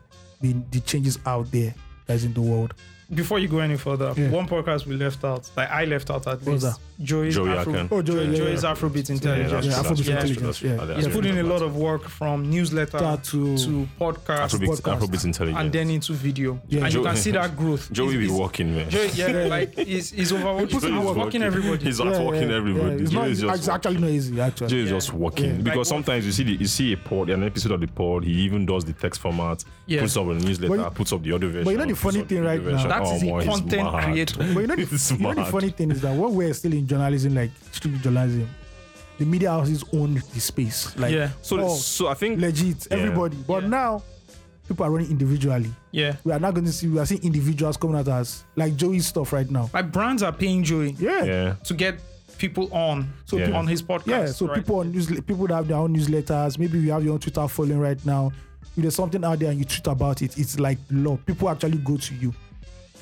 the the changes out there that's in the world.
Before you go any further,
Yeah.
one podcast we left out, like I left out at
What was
least, Joey's
Joey
Afro,
Akan.
Oh, Joey, yeah,
Joey's Afrobeat intelligence.
yeah, Afrobeat intelligence, yeah.
He's
Yeah.
put in a lot of work from
Uh,
newsletter
Start to,
to podcast
Afrobeat,
podcast.
Afrobeat intelligence.
and then into video.
Yeah.
and you
Joe-
can see
*laughs*
that growth.
Joey
It's-
be
it's-
walking, man.
Joey, yeah, like he's, he's overworking,
Joey is
overworking everybody.
He's outworking everybody.
It's,
Joey
not,
is
it's
just
actually not easy. Actually,
Jay is just working
Yeah.
because
Like,
sometimes you see the, you see a pod, an episode of the pod. He even does the text format,
Yeah.
puts up a newsletter,
But you-
puts up the audio version.
you know the
puts
funny
up
thing
video
right now?
version. Oh,
That is a
boy, he's
content
mad.
creator.
But you know, the,
It's
you know the
mad.
funny thing is that when we're still in journalism, like street journalism, the media houses own the space. Like,
Yeah.
So,
oh,
so I think
legit,
Yeah.
everybody. But
Yeah.
now, people are running individually.
Yeah.
We are not going to see, we are seeing individuals coming at us, like Joey's stuff right now.
Like brands are paying Joey
Yeah. Yeah.
yeah,
to get people on
So
Yeah.
people.
on his podcast.
Yeah, so
right?
people on news, people that have their own newsletters. Maybe you have your own Twitter following right now. If there's something out there and you tweet about it, it's like law. People actually go to you.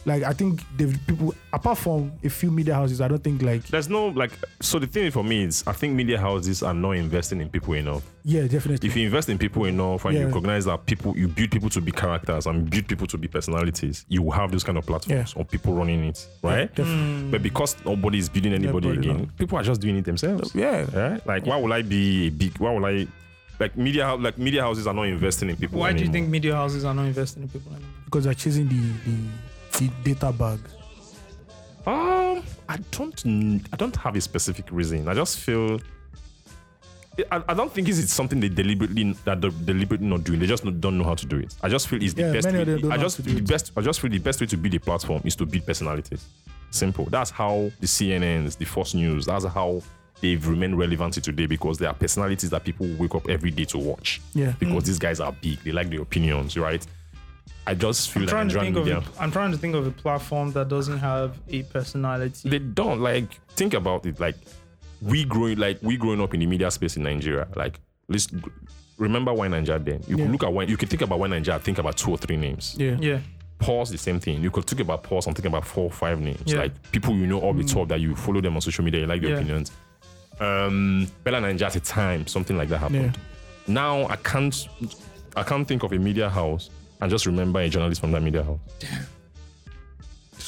Like I think the people, apart from a few media houses, I don't think like
there's no like. So the thing for me is, I think media houses are not investing in people enough.
yeah, definitely.
If you invest in people enough and you
Yeah.
recognize that people, you build people to be characters and build people to be personalities, you will have those kind of platforms or people running it, right? Mm. But because nobody is building anybody
Nobody,
again, people are just doing it themselves.
yeah,
Yeah. Like, why would I be a big? Why would I? Like media, hou- like media houses are not investing in people.
Why do you
anymore.
think media houses are not investing in people anymore?
because they're chasing the, the the data bag.
Um, I don't. kn- I don't have a specific reason. I just feel. I, I don't think it's, it's something they deliberately that they're deliberately not doing. They just not, don't know how to do it. I just feel it's the
Yeah,
best.
many of them
way-
don't
I
know
just
how to
feel
do
the
it.
best. I just feel the best way to build a platform is to build personalities. Simple. That's how the CNNs, the Fox News. That's how they've remained relevant to today because they are personalities that people wake up every day to watch.
Yeah. Mm.
Because these guys are big. They like their opinions, right? I just feel
I'm
that
trying, to
Nigerian
think of
media-
a, I'm trying to think of a platform that doesn't have a personality.
*laughs* they don't like think about it like we growing like we growing up in the media space in nigeria like let's remember why nigeria then you could
Yeah.
look at when you could think about when nigeria think about two or three names
Yeah,
yeah.
pause the same thing you could think about pause i'm thinking about four or five names
Yeah.
like people you know off the top that you follow them on social media you like their
Yeah.
opinions um bella nigeria at a time something like that happened now i can't i can't think of a media house and just remember a journalist from that media house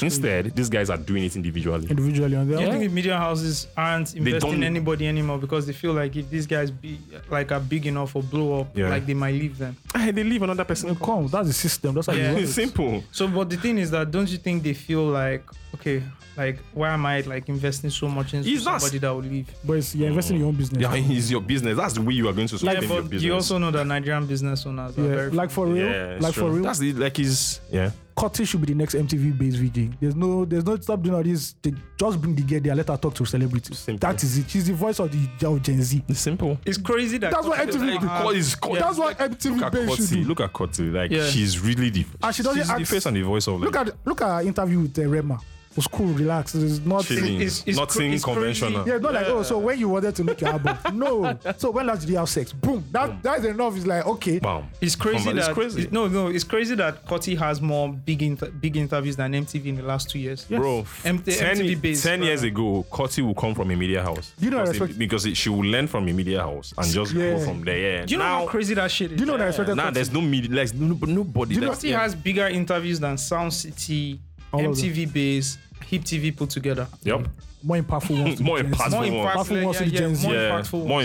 instead these guys are doing it individually
individually on their
Do you
own.
think the media houses aren't investing
don't-
in anybody anymore because they feel like if these guys be like are big enough or blow up,
Yeah.
like they might Ah, leave them.
Hey, they leave another
*laughs*
person
It comes. That's the system. That's how
Yeah.
you
It's
work.
simple.
So, but the thing is that don't you think they feel like okay, like why am I like investing so much into
He's not-
somebody that will leave?
But it's, you're investing in your own business.
Yeah, it's your business. That's the way you are going to sustain
Yeah,
your
but
business.
you also know that Nigerian business owners are
Yeah,
very
like for real,
yeah, it's
like for
true.
real,
That's the, like his yeah.
Cotty should be the next MTV based VJ. There's no, there's no stop doing all this. They just bring the girl there, let her talk to celebrities.
Simple.
That is it. She's the voice of the of Gen Z.
It's simple.
it's crazy that
That's what
companies
MTV
like-
did.
uh,
Call is call.
That's what
Look
MTV
at
based should
Kotze.
do.
Look at Kotze. Like
Yeah.
she's really the.
And she doesn't
she's the
ask-
face and the voice of. Like,
Look at look at her interview with uh, Rema. It was cool, relaxed. It's not.
Chilling.
It's- it's
Nothing
cra- it's
conventional.
crazy.
Yeah, it's not like oh, so when you wanted to make your
*laughs*
album, no. So when last did you have sex? Boom. That that's enough. It's like okay.
Bam.
It's crazy
Conver-
that
it's crazy.
it- no, no, it's crazy that Cotty has more big inter- big interviews than MTV in the last two years.
Bro,
MT-
10,
MTV based,
10 years
uh,
ago, Cotty will come from a media house.
You know I
because, it-
respect-
because it- she will learn from a media house and just go
Yeah.
from there. Yeah.
Do you know
now,
how crazy that shit is?
You know that I expected.
Now
Kotze.
there's no media. Like, no, nobody.
you know-
that's-
Cotty has bigger interviews than Sound City,
All of them.
MTV base, Hip TV put together.
Yep.
more impactful
*laughs*
ones. to
More
Gen Z.
impactful.
More
one.
impactful,
Powerful ones
yeah,
with
yeah,
Gen Z.
more
Yeah.
impactful. ones.
More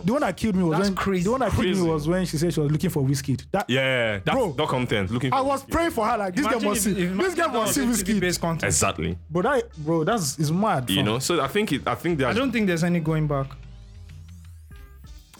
impactful.
The one that killed me was
That's
when
crazy.
the one that killed
Crazy.
me was when she said she was looking for whiskey. That
Yeah, that,
Bro.
that content. Looking.
I
for-
was praying for her like this girl
Imagine
must
if-
see
if-
this girl
imagine
must see
that was
whiskey.
MTV-based content.
Exactly.
But that bro, that's is mad.
You
fam.
know, so I think it. I think
I
there's.
don't think there's any going back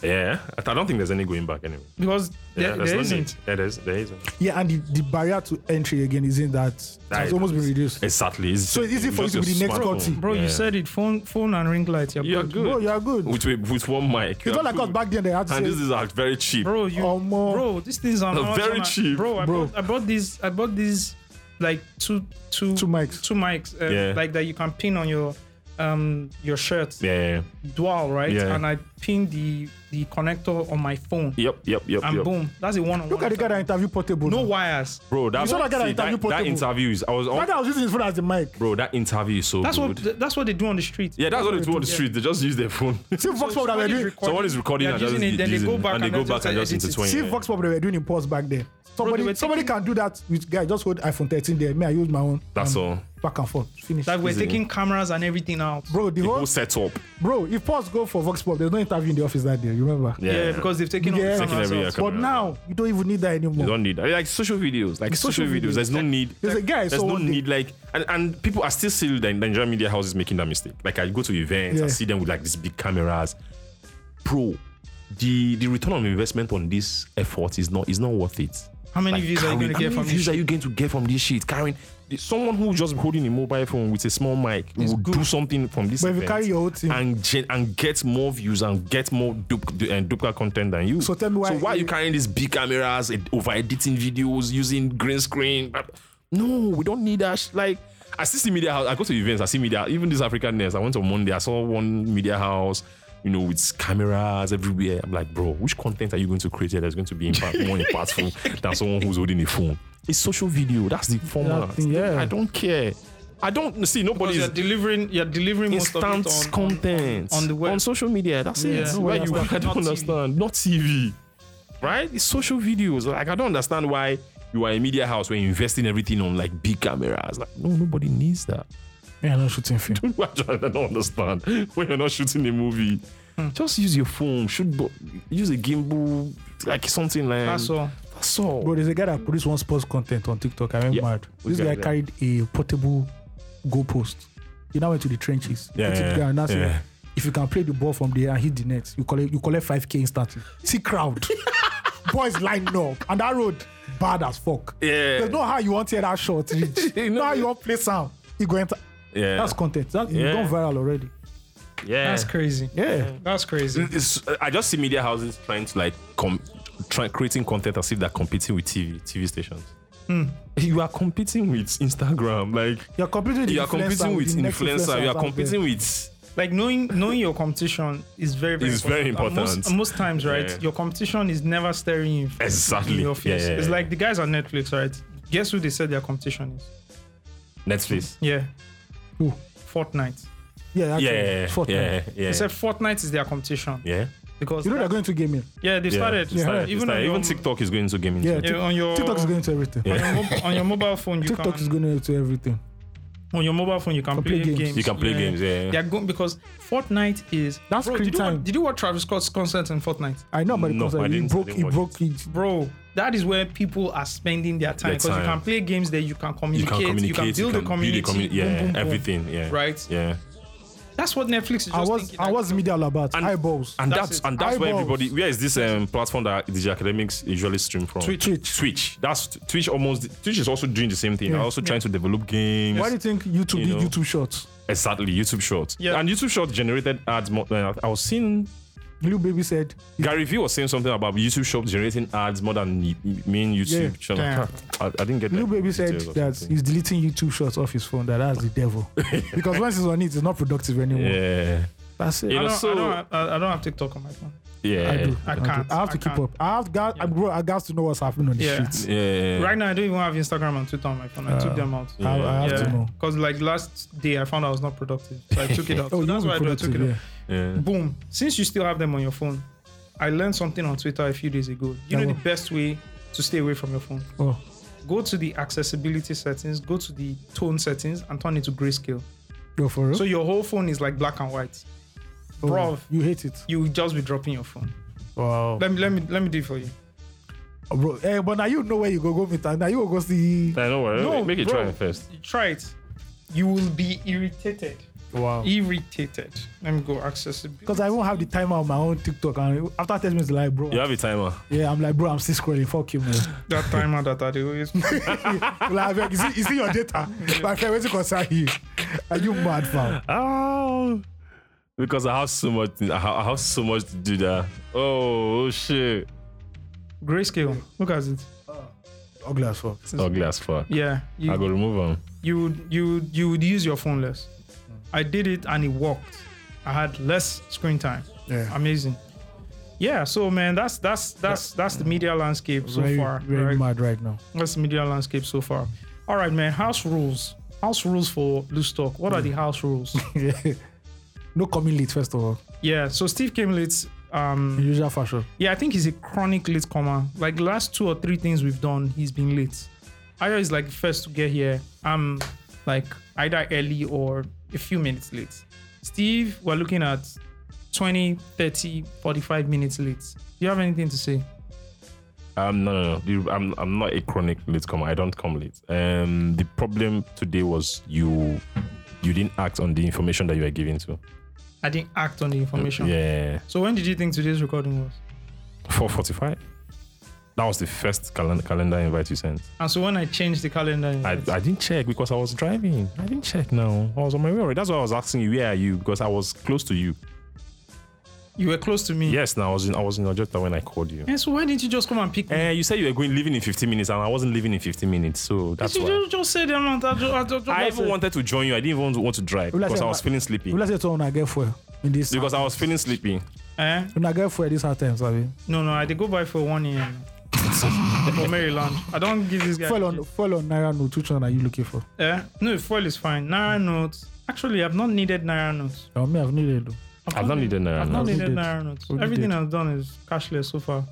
yeah, I th- I don't think there's any going back anyway.
because
Yeah,
there,
there's
there
no
isn't.
need. Yeah, there's, there isn't.
Yeah, and the, the barrier to entry again is in that it's
That-
almost been reduced.
Exactly.
So it's easy for you
just
to be
your
the next
smartphone.
Scotty.
Bro,
Yeah.
you said it. Phone, phone, and ring light. You're
you're
good.
good.
Bro, you are good.
With, with with one mic. you
it's
are
not like us
good.
back then they had to
And
say,
this is like very cheap.
bro. You,
Omo.
bro, these things are
They're
not
very
on a-
cheap.
Bro, I
Bro.
bought, I bought these. I bought these, like two, two,
Two mics.
two mics. Uh,
Yeah.
like that you can pin on your um your shirt
Yeah.
dual right
Yeah.
and i pinned the the connector on my phone
Yep. Yep. Yep.
and
yep.
boom that's a one-on-one
Look at the guy that interviewed Portable.
no
now.
wires
Bro, that,
You saw that guy that
see,
interview
that, that
Portable?
interview is. I was
That
on.
guy was using his phone as the mic.
Bro, that interview is so
that's
good.
what th- that's what they do on the street
yeah, that's what they do on the street. They just use
*laughs*
their phone.
See Vox Pop that
Somebody
were doing.
recording.
Someone is recording
They are
and just
using it, then they
using
go
it,
back
and they go back and just
edit it.
intertwine.
See
Yeah.
Vox Pop that were doing in pause back there. Somebody,
were
somebody
taking-
can do that with guy. Just hold iPhone 13 there. Me, I use my own.
That's
Um,
all.
Back and forth. Finish.
like we're taking cameras and everything out
Bro, the
The
whole
whole setup.
bro. If pause go for Vox Pop, there's no interview in the office that day. You remember?
Yeah.
yeah, because they've taken all
Yeah.
the
Taking
cameras
every
out.
account.
But
Camera.
now you don't even need that anymore.
You don't need I mean, like social videos, like social,
Oh. Social
videos.
videos.
There's no need.
There's a guy I
There's
saw
no
one day-
need. Like, and, and people are still still the Nigerian media houses making that mistake. Like, I go to events, I
Yeah.
see them with like these big cameras. Pro, the the return on investment on this effort is not is not worth it.
how many
Like,
views are you
carrying-
going to
how
get
many
from
views
this
are you going to get from this shit? Carrying someone who just holding a mobile phone with a small mic will do something from this.
But if you
event
carry your whole team-
and gen- and get more views and get more dupe and duper content than you.
So tell me why-
So why are you carrying these big cameras and over editing videos using green screen? No, we don't need that. sh- Like. I still see media house. I go to events. I see media. Even this African nest. I went on Monday. I saw one media house. You know, with cameras everywhere. I'm like, bro, which content are you going to create here that's going to be impact- *laughs* more impactful than someone who's holding a phone? It's social video. That's the format.
yeah.
I don't care. I don't see
because
nobody
you're
is
delivering you're delivering most of it
instant
on,
content
on the web.
social media. That's
Yeah.
it.
No,
Where
that's
you,
not-
I don't
not TV.
understand. Not TV, right? It's social videos. Like I don't understand why you are a media house where you invest in everything on like big cameras. Like no, nobody needs that. *laughs*
Yeah, no shooting film.
I don't understand when you're not shooting a movie.
Hmm.
Just use your phone. Shoot, bo- use a gimbal, like something like
that's all
That's all.
Bro, there's a guy that produced one sports content on TikTok. I went
Yeah.
mad.
Which
This
guy
guy
is that?
carried a portable goalpost. He now went to the trenches.
Yeah,
Put it
yeah,
there and now
yeah.
said, If you can play the ball from there and hit the net, you collect you collect five k instantly. See
*laughs*
crowd, boys lined up, and that road bad as fuck.
Yeah.
there's no how you want to hear that shot.
*laughs*
Rich.
You
you
know-
know how you want play sound. You go enter.
Yeah.
that's content. That you
Yeah.
gone viral already.
yeah.
that's crazy
Yeah,
that's crazy
it's, I just see media houses trying to like com- try creating content as if they're competing with TV TV stations.
Hmm.
You are competing with Instagram, like
you're competing. With
you are
influencer
competing with
the next
influencer. You
influencers out
are
there.
competing with
like knowing knowing your competition is very very
It's very
And most-
important.
and most, times right
Yeah.
your competition is never staring you in f-
exactly.
in your face
Yeah, yeah,
it's
yeah.
like the guys on netflix right guess who they said their competition is
Netflix.
yeah
Who?
fortnite
Yeah,
Yeah,
actually,
yeah,
fuck
yeah,
them.
yeah.
they said fortnite is their competition
yeah.
because
You know they're
that-
going to gaming.
yeah they
Yeah,
started,
they started, they
even
started.
on
even
your,
TikTok is going to gaming.
Yeah,
too.
yeah, on your
TikTok is going to everything.
Yeah.
on your, mob- on your mobile phone you
*laughs* TikTok
can
is going to everything.
on your mobile phone you can,
play
play,
games.
games.
You can play games, yeah.
They're going because Fortnite is
That's
bro,
screen
did you watch-
time.
did you watch Travis Scott's concert in Fortnite?
I know, but
No,
because he
I didn't-
broke,
I
he
didn't watch
broke it.
bro that is where people are spending their time
Their
because you
time.
can play games there you can
You
communicate
can communicate.
build
you
a
can
community
Build a commu- yeah,
boom, boom, boom.
everything. Yeah.
Right.
Yeah.
that's what netflix is just
I was,
thinking
I
like,
was media all about
And-
eyeballs.
And
That's
that's,
it.
and that's where
Eyeballs.
everybody. Where is this um, platform that DJ Academics usually stream from?
Twitch. Twitch.
Twitch. That's Twitch. Almost Twitch is also doing the same thing. They're
Yeah.
also trying to develop games.
Why do you think YouTube
You
did
know.
YouTube shorts?
exactly YouTube Shorts.
Yeah.
And YouTube Shorts generated ads. More, uh, I was seeing
Little baby said,
Gary Vee was saying something about YouTube Shorts generating ads more than y- main YouTube
Yeah.
channel. I, I didn't get that.
little baby said
details or
that
something.
he's deleting YouTube shorts off his phone. That that's the
*laughs*
devil. because once he's on it, it's not productive anymore.
Yeah.
That's it.
You
I
know,
don't,
so-
I, don't, I, I don't have tiktok on my phone
Yeah.
I do.
I
do.
can't,
I have
I
to keep
can't.
up. I have got. I, bro, I got to know what's happening on the
Yeah.
streets.
Yeah.
right now i don't even have instagram and twitter on my phone i took them out
I, I have to
yeah
know.
because like last day i found i was not productive so i took
*laughs*
it out so
Oh, you
that's
must be
why I, do, I took it
productive.
out
Yeah.
Yeah.
boom since you still have them on your phone i learned something on twitter a few days ago you
Yeah,
know the
what?
best way to stay away from your phone
Oh,
go to the accessibility settings go to the tone settings and turn it to grayscale
Hmm? go for it.
so your whole phone is like black and white
Oh,
bruv.
you hate it.
you will just be dropping your phone
Wow.
let me let me let me do it for you
bro, eh, but now you know where you go go meet. Now you go go see.
I know.
No,
make it
bro.
try first.
You try it you will be irritated
Wow.
irritated let me go accessibility
Because I won't have the timer on my own TikTok, and after ten minutes, like, bro,
You have a timer.
Yeah, I'm like, bro, I'm still scrolling. Fuck you, man. *laughs*
that timer that i do is
like, like, is, it, is it your data? *laughs* My friend, what's it concern you? Are you mad, fam?
Oh, because I have so much. I ha- I have so much to do there. Oh, oh shit.
grayscale look at it
Ugly as fuck.
Ugly as fuck.
yeah you
I go remove them.
you would you would- you would use your phone less I did it and it worked. I had less screen time.
Yeah.
Amazing. Yeah, so man, that's that's that's that's the media landscape so
very,
far.
very
right?
mad right now. *laughs*
That's the media landscape so far. All right, man. House rules. House rules for loose talk. What are the
Mm.
house rules?
*laughs*
no coming late, first of all.
yeah. So Steve came late. Um,
In usual fashion.
yeah, I think he's a chronic late comer. Like the last two or three things we've done, he's been late. Ayo is like first to get here. I'm like either early or a few minutes late. Steve, we're looking at 20, 30, 45 minutes late. Do you have anything to say?
Um, no, no, no. You- I'm, I'm not a chronic late comer. I don't come late. Um, the problem today was you, you didn't act on the information that you were given to.
I didn't act on the information.
Yeah,
So when did you think today's recording was?
four forty-five. That was the first calen- calendar invite you sent.
And so when I changed the calendar,
I, I didn't check because I was driving. I didn't check. No, I was on my way already. That's why I was asking you, where are you? Because I was close to you.
you were close to me.
Yes, now I was in I was in Ojota when I called you.
And so why didn't you just come and pick me?
Eh, you said you were going leaving in 15 minutes, and I wasn't leaving in 15 minutes, so that's
you
why.
just, just said them out. I, ju- I, ju-
I
just
even
said-
wanted to join you. I didn't even want to drive
Will I
because
say
I was
my-
feeling sleepy.
Will I say to when I get fuel in this?
Because I was feeling sleepy.
Eh?
when I get fuel this hard times, I mean.
No, no, I did go buy for one year
*laughs*
for Maryland. I don't give this guy.
Fuel on, fuel on Naira note, which one are you looking for?
Eh? No, foil is fine. Naira notes. Actually, I've not needed Naira notes.
I mean, I've needed though.
I've not needed Naira
I've not
notes.
needed
Only did.
Naira notes.
Only
Everything
did.
I've done is cashless so far.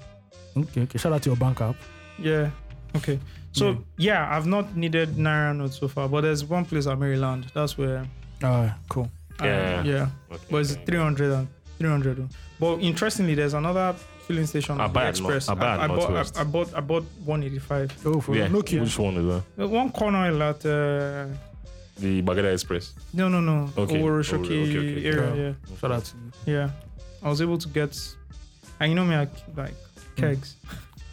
Okay, okay. Shout out to your bank app.
Yeah. Okay. So yeah, I've not needed Naira notes so far, but there's one place at Maryland. That's where.
Alright, cool.
uh,
Yeah.
yeah.
Okay,
But it's
okay.
300 and 300. But interestingly, there's another filling station.
I
on the
buy at
Express.
North- I buy at
I, bought,
Northwest.
I, I bought. I bought 185.
Oh, for
Yeah.
no queue.
Which one is that?
Uh, One corner at uh,
The Bagada Express.
no no no
Okay.
Oworoshoki
Okay, okay, okay.
area.
Yeah.
Yeah.
Shout out to you.
yeah, I was able to get, and you know me, I keep, like kegs.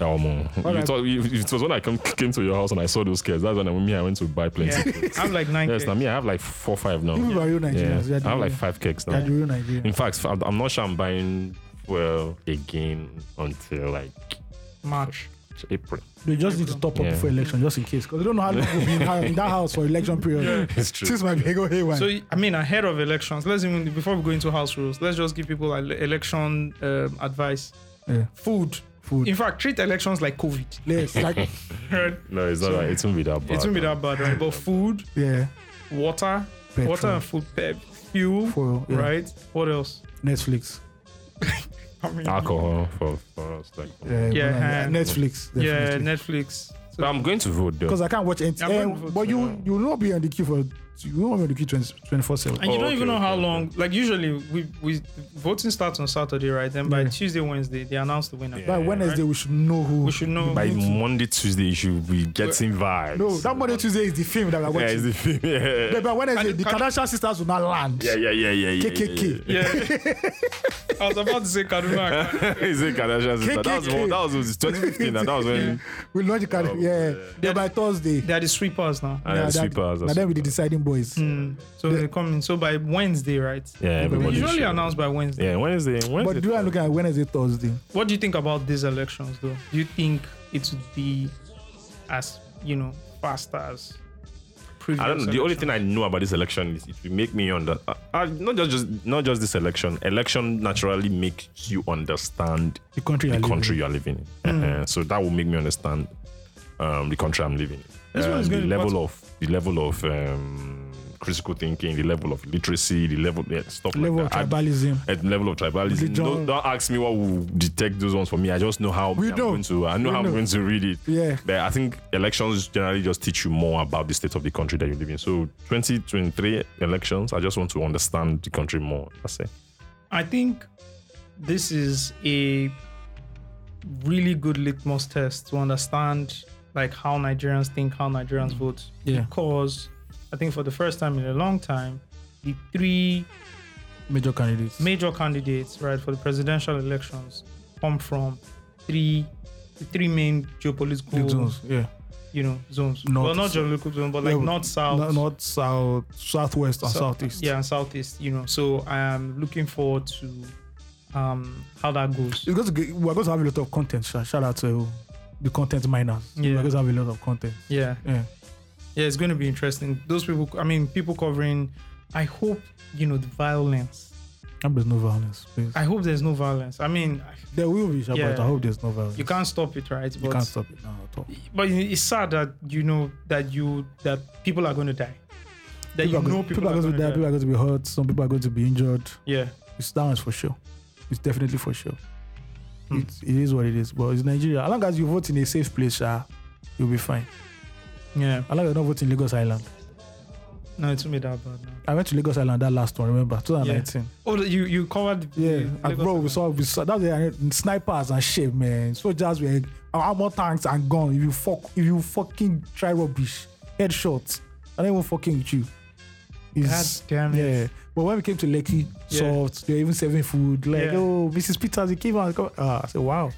Oh, man. You
Alright.
thought, you, it was when I come, came to your house and I saw those kids. That's when I, me, I went to buy plenty.
Yeah, I have like nine.
*laughs* Yes,
kegs.
now me, I have like four, five now.
You people are real
Yeah.
Nigerians. You are the
I have like
real-
five cakes
you are
now.
the real Nigerians.
In *laughs* fact, I'm I'm not sure I'm buying well again until like
March.
April. *laughs*
They just need to top up
Yeah.
before election, just in case, because they don't know how long we'll be in, that- in that house for election period.
It's true.
Since my big haywire.
So I mean, ahead of elections, let's even before we go into house rules, let's just give people like election um, advice.
Yeah.
Food.
Food.
In fact, treat elections like COVID. *laughs*
Yes, like
Right?
No, it's not. right. It won't be that bad.
it won't be that bad, right? But food,
yeah,
water,
Petrol.
water and food, pe- fuel,
for yeah,
right? What else?
Netflix.
I mean,
Alcohol for, for us. Like,
Yeah,
Yeah,
but, uh, Netflix.
yeah,
Definitely.
Netflix.
But I'm going to vote though.
because I can't watch anything.
I'm
Eh,
going to vote
but you
tomorrow.
you will not be on the queue for you will not be on the queue twenty four seven.
And you
Oh,
don't
okay,
even know
okay,
how
okay.
long. Like usually, we we voting starts on Saturday, right? Then by
Yeah.
Tuesday, Wednesday, they announce the winner.
Yeah.
By Wednesday we should know who.
We should know.
By Monday, Tuesday, you should be getting vibes.
no, that Monday Tuesday is the film that we're
Yeah,
watching.
it's the *laughs* thing.
But
Yeah.
by Wednesday
Can-
the
can-
Kardashian sisters will not land.
Yeah, yeah, yeah, yeah, yeah. yeah,
KKK.
yeah, *laughs* I was about to say Kaduna.
yeah. *laughs* It's a Kardashian sister. That was,
KKK.
that was, 2015. and that
*laughs*
was when.
We launch the Kard- yeah. Then by Thursday.
They are the sweepers now.
And
yeah,
then
that-
uh, sweepers.
now then we the deciding boys.
Mm. So they come in. So by Wednesday, right?
Yeah, everybody.
usually
should.
announced by Wednesday.
Yeah, Wednesday. Wednesday.
But do I look at Wednesday Thursday?
What do you think about these elections, though? Do you think it would be as you know fast as previous?
I don't know. The only
elections?
thing I know about this election is it will make me under uh, uh, not just, just not just this election. Election naturally makes you understand
The country
the
I live
country
in.
you are living in.
Mm.
Uh-huh. So that will make me understand um, the country I'm living in.
This one
Um,
is
the
going to be
level of the level of um, critical thinking, the level of literacy, the level yeah, stuff
level
like
of
that. I-
tribalism.
at the level of tribalism,
Religion.
don't, don't ask me what will detect those ones for me. I just know how
We
I'm
know.
going to. I know
We
how
know.
I'm going to read it.
Yeah.
But I think elections generally just teach you more about the state of the country that you live in. So 2023 elections, I just want to understand the country more. That's it.
I think this is a really good litmus test to understand like how Nigerians think, how Nigerians vote.
Mm. Yeah.
Because I think for the first time in a long time, the three
Major candidates.
major candidates, right, for the presidential elections come from three the three main
Big
geopolitical
zones, Yeah.
you know zones.
North,
well not
south.
geopolitical zones, but like
Yeah,
north, south,
Not, not south, southwest, and
Sou-
southeast.
Yeah, and southeast, you know. So I am looking forward to um how that goes.
It's going to get, we're going to have a lot of content. Shout shout out to the content miners.
Yeah.
We're going to have a lot of content.
Yeah.
Yeah.
Yeah, it's going to be interesting. Those people, I mean, people covering I hope you know the violence.
There's no violence. Please.
I hope there's no violence. I mean,
There will be, Sha,
Yeah.
but I hope there's no violence.
you can't stop it, right?
You can't stop it now at all.
But it's sad that you know that you that people are going to die. That you
are
know
go-
people, are
going to die. People are going to be hurt. Some people are going to be injured.
Yeah.
It's that one's for sure. It's definitely for sure.
Hmm.
It's, it is what it is. But it's Nigeria. As long as you vote in a safe place, Sha, you'll be fine.
Yeah.
As long as you don't vote in Lagos Island.
No, it's made that bad now.
I went to Lagos Island that last one. Remember 2019.
Oh, you you covered. the-
Yeah,
the
and bro, we
Lagos-
saw we saw that was snipers and shit, man. Soldiers were armor tanks and gun. If you fuck, if you fucking try rubbish, headshots. I don't even fucking with you. It's-
God damn it.
Yeah, but when we came to Lekki,
Yeah.
soft. They were even serving food. Like,
Yeah.
oh, Mrs. Peters, you came out. Ah, I said, wow.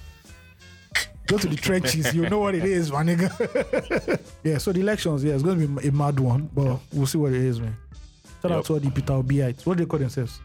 Go to the trenches. You know what it is, my nigga. *laughs* yeah. So the elections, yeah, it's going to be a mad one, but we'll see what it is, man. Shout out
Yep.
to all the Peter Obiites. What do they call themselves?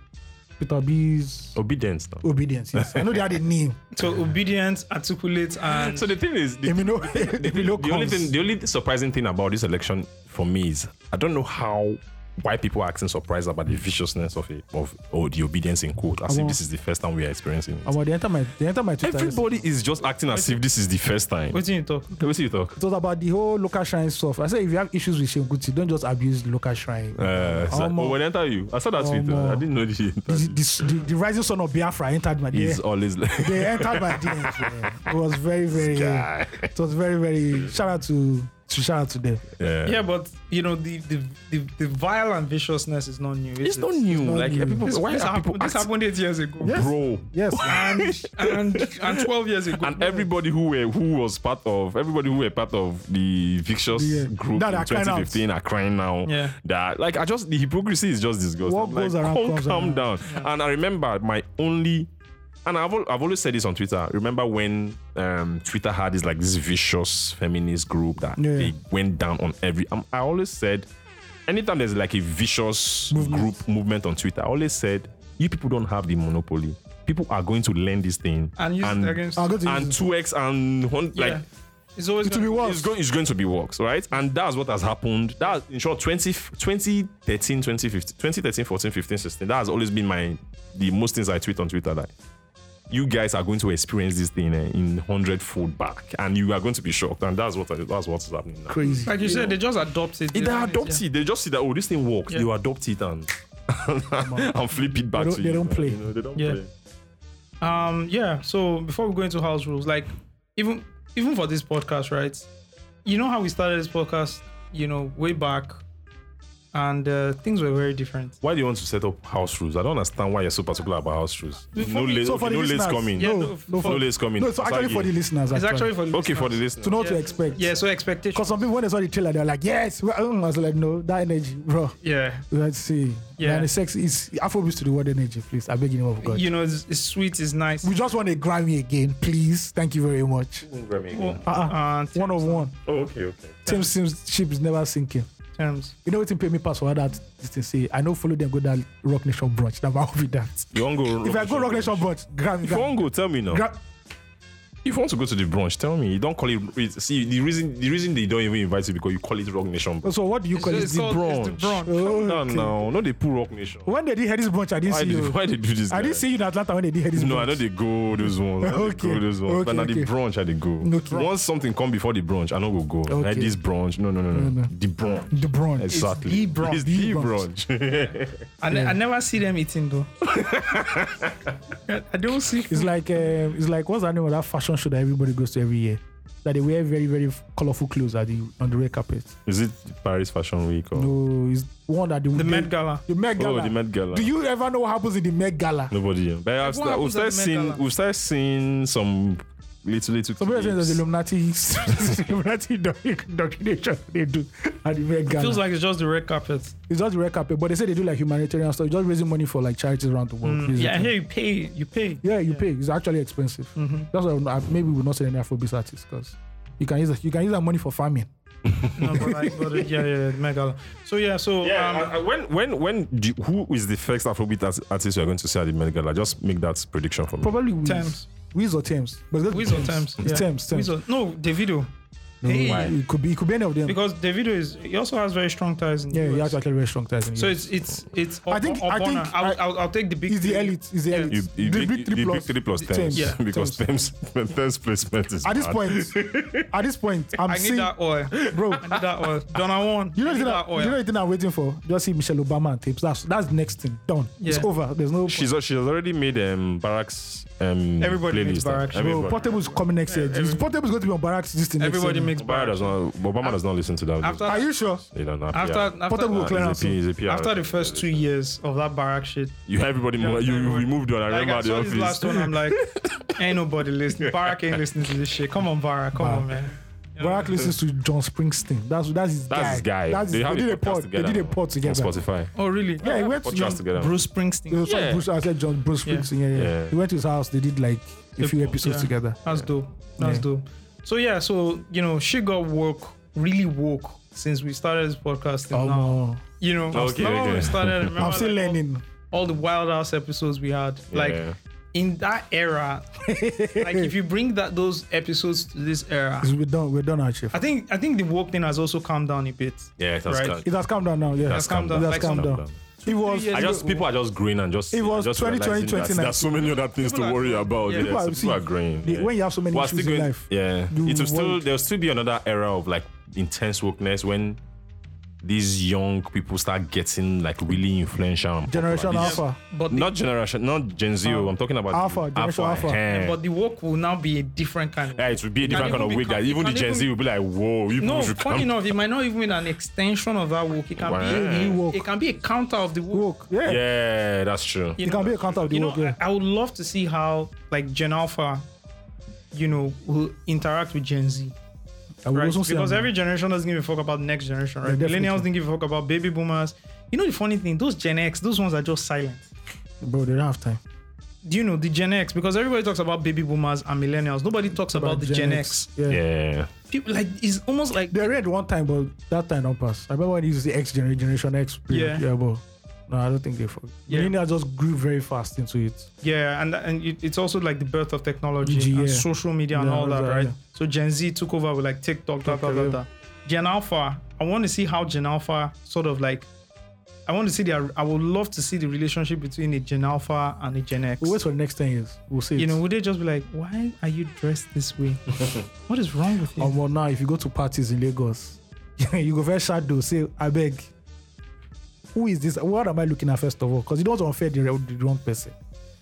Peter B's
Obedience now.
obedience. Yes. I know they had a name.
So obedient, articulate,
*laughs*
and
So the thing is, *laughs* the,
Emino,
*laughs* the, the
Emino
only
comes.
thing, the only surprising thing about this election for me is I don't know how why people are acting surprised about the viciousness of it, of or the obedience in quote, as
Omo.
if this is the first time we are experiencing it.
Omo, they enter my, they enter my Twitter.
Everybody is just acting as if this is the first time.
what do you talk?
Let me see you talk.
It was about the whole local shrine stuff. I said, if you have issues with Shenguti, don't just abuse the local shrine.
Uh, so,
Omo.
oh, when I enter you, I saw that tweet.
Omo.
uh, I didn't know the
the, the, the, the rising son of Biafra entered my
He's
DMs.
always like,
They entered
*laughs*
my DMs. yeah. It was very, very.
guy.
It was very, very. Shout out to, to shout out to them.
yeah.
Yeah, but you know the the the, the vile and viciousness is not new. is
It's
it?
not new.
not
like
new.
people,
This,
why
this,
are people
happened, this
act-
happened eight years ago,
bro?
Yes.
and and and twelve years ago.
And uh, everybody who were who was part of everybody who were part of the vicious
Yeah.
group
Now
in
they are crying out.
2015 are crying now.
Yeah.
That like I just the hypocrisy is just disgusting.
What
Like,
goes around
calm,
comes
calm
around.
down. And I remember my only and I've, al- I've always said this on Twitter. Remember when um, Twitter had this like this vicious feminist group that
Yeah.
they went down on every. Um, I always said, anytime there's like a vicious group movement on Twitter, I always said, you people don't have the monopoly. People are going to learn this thing
and used against.
I'll go to
and
use-
two X and one
yeah,
like
it's always
It will be
gonna-
worse.
it's going it's going to be works, right? And that's what has happened. That in short 20, 2013, 2015, 2013, 14, 15, 16. That has always been my the most things I tweet on Twitter that you guys are going to experience this thing eh, in hundredfold back, and you are going to be shocked. And that's what that's what's happening now.
Crazy.
Like you said, they just adopt it.
They
learn it,
adopt
yeah.
it. They just see that oh, this thing works.
Yeah.
You adopt it and *laughs* and flip it
They
back
don't-
to
they
you.
don't play.
You know, they don't
Yeah.
play.
Um, yeah. So before we go into house rules, like even even for this podcast, right? You know how we started this podcast, you know, way back, and uh, things were very different.
Why do you want to set up house rules? I don't understand why you're so particular about house rules. No late,
so for
okay,
the
no late
listeners,
coming.
Yeah,
No,
no,
no,
for-
No late coming.
No, so actually
Asagi.
for the listeners,
It's
actually,
actually for the
okay for the
listeners.
listeners.
to know what to
Yeah.
expect.
Yeah. So expectation.
Because some people when they saw the trailer, they were like, yes. Well, mm," I was like, no, that energy, bro.
Yeah.
Let's see.
Yeah.
And the sex is Afrobeats to the word energy, please. I beg you in the name of God.
You know, it's, it's sweet, it's nice.
We just want a Grammy again, please. Thank you very much.
Well,
Uh-uh.
uh,
One of one.
Oh, okay, okay.
Tim Sims ship is never sinking.
terms.
You know what pay me pass for that this thing say. I know follow them go that Rock Nation brunch. That might *laughs* be that.
You want go?
If I go Rock Nation brunch, Grammy.
If you
Grammy,
want go, tell me now.
Gra-
If you want to go to the brunch, tell me. You don't call it. it's- See the reason. The reason they don't even invite you because you call it Rock Nation. brunch.
so what do you call
It's
it?
the
called- it's the
brunch.
brunch.
Oh,
No,
okay.
no, no. They pull Rock Nation.
When they did hear this brunch, I didn't
Why
see
did,
you.
why they do this?
I
guy?
didn't see you in Atlanta when they did hear this
No,
brunch.
I know they go those ones. I know they
Okay,
go those ones. but
okay,
now the
okay.
brunch, I they go.
Okay.
Once something come before the brunch, I know go go. Like
Okay.
this brunch. No, no, no, no.
No, no.
The brunch.
The brunch.
Exactly.
the brunch.
It's
The
the
brunch.
brunch.
I, ne- I never see them eating *laughs* though. I I don't see.
It's like um, it's like what's that name of that fashion show that everybody goes to every year? That they wear very very colorful clothes at the on the red carpet.
*laughs* Is it Paris Fashion Week or?
No, it's one that the
The Met Gala.
The Met Gala.
Oh, the Met Gala.
Do you ever know what happens in the Met Gala?
Nobody. But I've
what
sta- we've
happens at
started
the Met
seeing
Gala?
we've started seeing some little little
Somebody says
clips.
there's Illuminati, *laughs* Illuminati indoctrination they do at the Met Gala.
Feels like it's just the red carpet.
it's just the red carpet, but they say they do like humanitarian stuff, just raising money for like charities around the world. basically.
Mm, Yeah, here you pay. You pay.
*laughs* Yeah, you pay. It's actually expensive.
Mm-hmm.
That's why I'm not- maybe we'll not send any Afrobeat artists because you can use you can use that money for farming.
No, but like, but, uh, yeah, yeah, yeah, Megala. So yeah, so
Yeah,
um,
I- I- when when when do you- who is the first Afrobeat art- artist you're going to see at the Met Gala? Just make that prediction for me.
Probably Wiz.
Thames.
Wiz or Thames. But it's
Wiz or Thames,
It's
yeah.
Thames. Thames.
Wizard. No, Davido. Hey,
It could be it could be any of them.
because Davido is he also has very strong ties in
yeah,
the
he
US.
has actually very strong ties. in
so it's
US.
it's it's. Up,
I think-
up
I
on
think
her. I'll,
I-
I'll, I'll take the big.
He's the
three.
elite. He's the
Yeah.
elite.
You, you
the
pick,
big
you
three
pick
plus.
three plus
Thames.
Thames
Yeah,
*laughs* because
Thames.
Thames, Thames placement is
At this
bad. *laughs*
point, at this point, I'm
I need
seeing
that oil.
bro.
I need that oil. Don I want.
*laughs* You know,
I
the
need
thing
that
I,
oil.
you know the thing I'm waiting for? Just see Michelle Obama and tapes. That's that's the next thing. Done. It's
Yeah.
over. There's no
She's she's already made um Barack's um
Everybody
playlist.
makes Barack.
Everybody-
bro, Portable's coming next year. Every, Portable's going to be on Barack's this thing next year.
Everybody
man.
makes
Barack does not. Obama does not listen to that.
after
Are you sure?
They don't have
after
PR.
after,
Portable
after,
clear-
Ah, He's a P- he's a PR.
the first two years of that barack shit.
you everybody mo- you, you removed one. I
Like
remember
I
the
saw this
office.
last one, I'm like, ain't nobody listening. Barack ain't listening to this shit. Come on, Barack. Come on, man.
Barack listens to John Springsteen. That's that's his
*laughs* That's
guy.
his guy.
That's
they
his,
have
they
a
did a
podcast
pod. They
together
did a pod together.
on Spotify.
Oh really?
Yeah, he went to
Podcast
John,
together.
Bruce Springsteen.
uh, sorry,
Yeah.
Bruce, I said John Bruce
Yeah.
Springsteen. Yeah. Yeah,
Yeah.
He went to his house. They did like a few episodes
Yeah.
together.
That's dope. That's
Yeah.
dope. So yeah, so you know, she got woke, really woke since we started this podcasting.
Um,
now,
uh,
you know,
Okay,
remember when we
okay. *laughs*
started. Oh, Remember
I'm still
like, all-
learning.
All, the wild ass episodes we had, like
Yeah.
in that era. like if you bring that those episodes to this era,
We're done. We're done, actually.
I think I think the woke thing has also calmed down a bit.
Yeah, it has
Right.
calmed-
It has calmed down now. Yeah, it
has calmed down.
It has
Like
calmed
some-
down. It was.
years
I just people are just growing and just
It was
just
2020,
realizing that There's so many other things
People
to
are-
worry about.
yeah.
Yes,
People
people
are-
are,
see,
growing.
the- when you have so many
We're
issues
still
in
going-
life,
yeah,
you
it will still
work.
there'll still be another era of like intense wokeness when these young people start getting like really influential. and popular.
Generation
These-
Alpha.
But the,
Not generation, not Gen Z. I'm talking about
Ah. Alpha,
the-
Generation Alpha.
eh.
but the woke will now be a different kind. Of
yeah, it will be a different
Can
kind of
even
week
be-
that even the
can
Gen
even-
Z will be like, whoa, you
No,
people should
funny
come.
enough, it might not even be an extension of that woke. It can
Wow.
be
Really
woke.
It can be a counter of the woke.
Woke. Yeah.
Yeah, that's true.
You
It can be a counter of the
you know,
work. Yeah.
I, I would love to see how like Gen Alpha, you know, will interact with Gen Z.
I will
Right?
also say
Because
I'm-
every generation doesn't give a fuck about the next generation, right?
Yeah, definitely.
Millennials didn't give a fuck about baby boomers. You know the funny thing, those Gen X, those ones are just silent.
bro, they don't have time.
Do you know the Gen X? Because everybody talks about baby boomers and millennials. Nobody talks about, the Gen, X.
Yeah.
Yeah.
People like it's almost like
They read one time, but that time don't pass. I remember when they used the X gener- generation X. Period.
Yeah.
Yeah, but no, I don't think they fuck.
Yeah.
Millennials just grew very fast into it.
Yeah, and and it, it's also like the birth of technology
Yeah.
and social media and
Yeah,
all that,
yeah,
right?
yeah.
So Gen Z took over with like TikTok, da, da, da, da. Gen Alpha. I want to see how Gen Alpha sort of like. I want to see the. I would love to see the relationship between a Gen Alpha and a Gen X.
We'll wait for the next 10 years. We'll see.
you
it.
know, would they just be like, "Why are you dressed this
*laughs*
way? what is wrong with you?"
Um, well, now, if you go to parties in Lagos, *laughs* you go first shadow, say, I beg, who is this? What am I looking at, first of all? Because you don't want to offend the, re- the wrong person.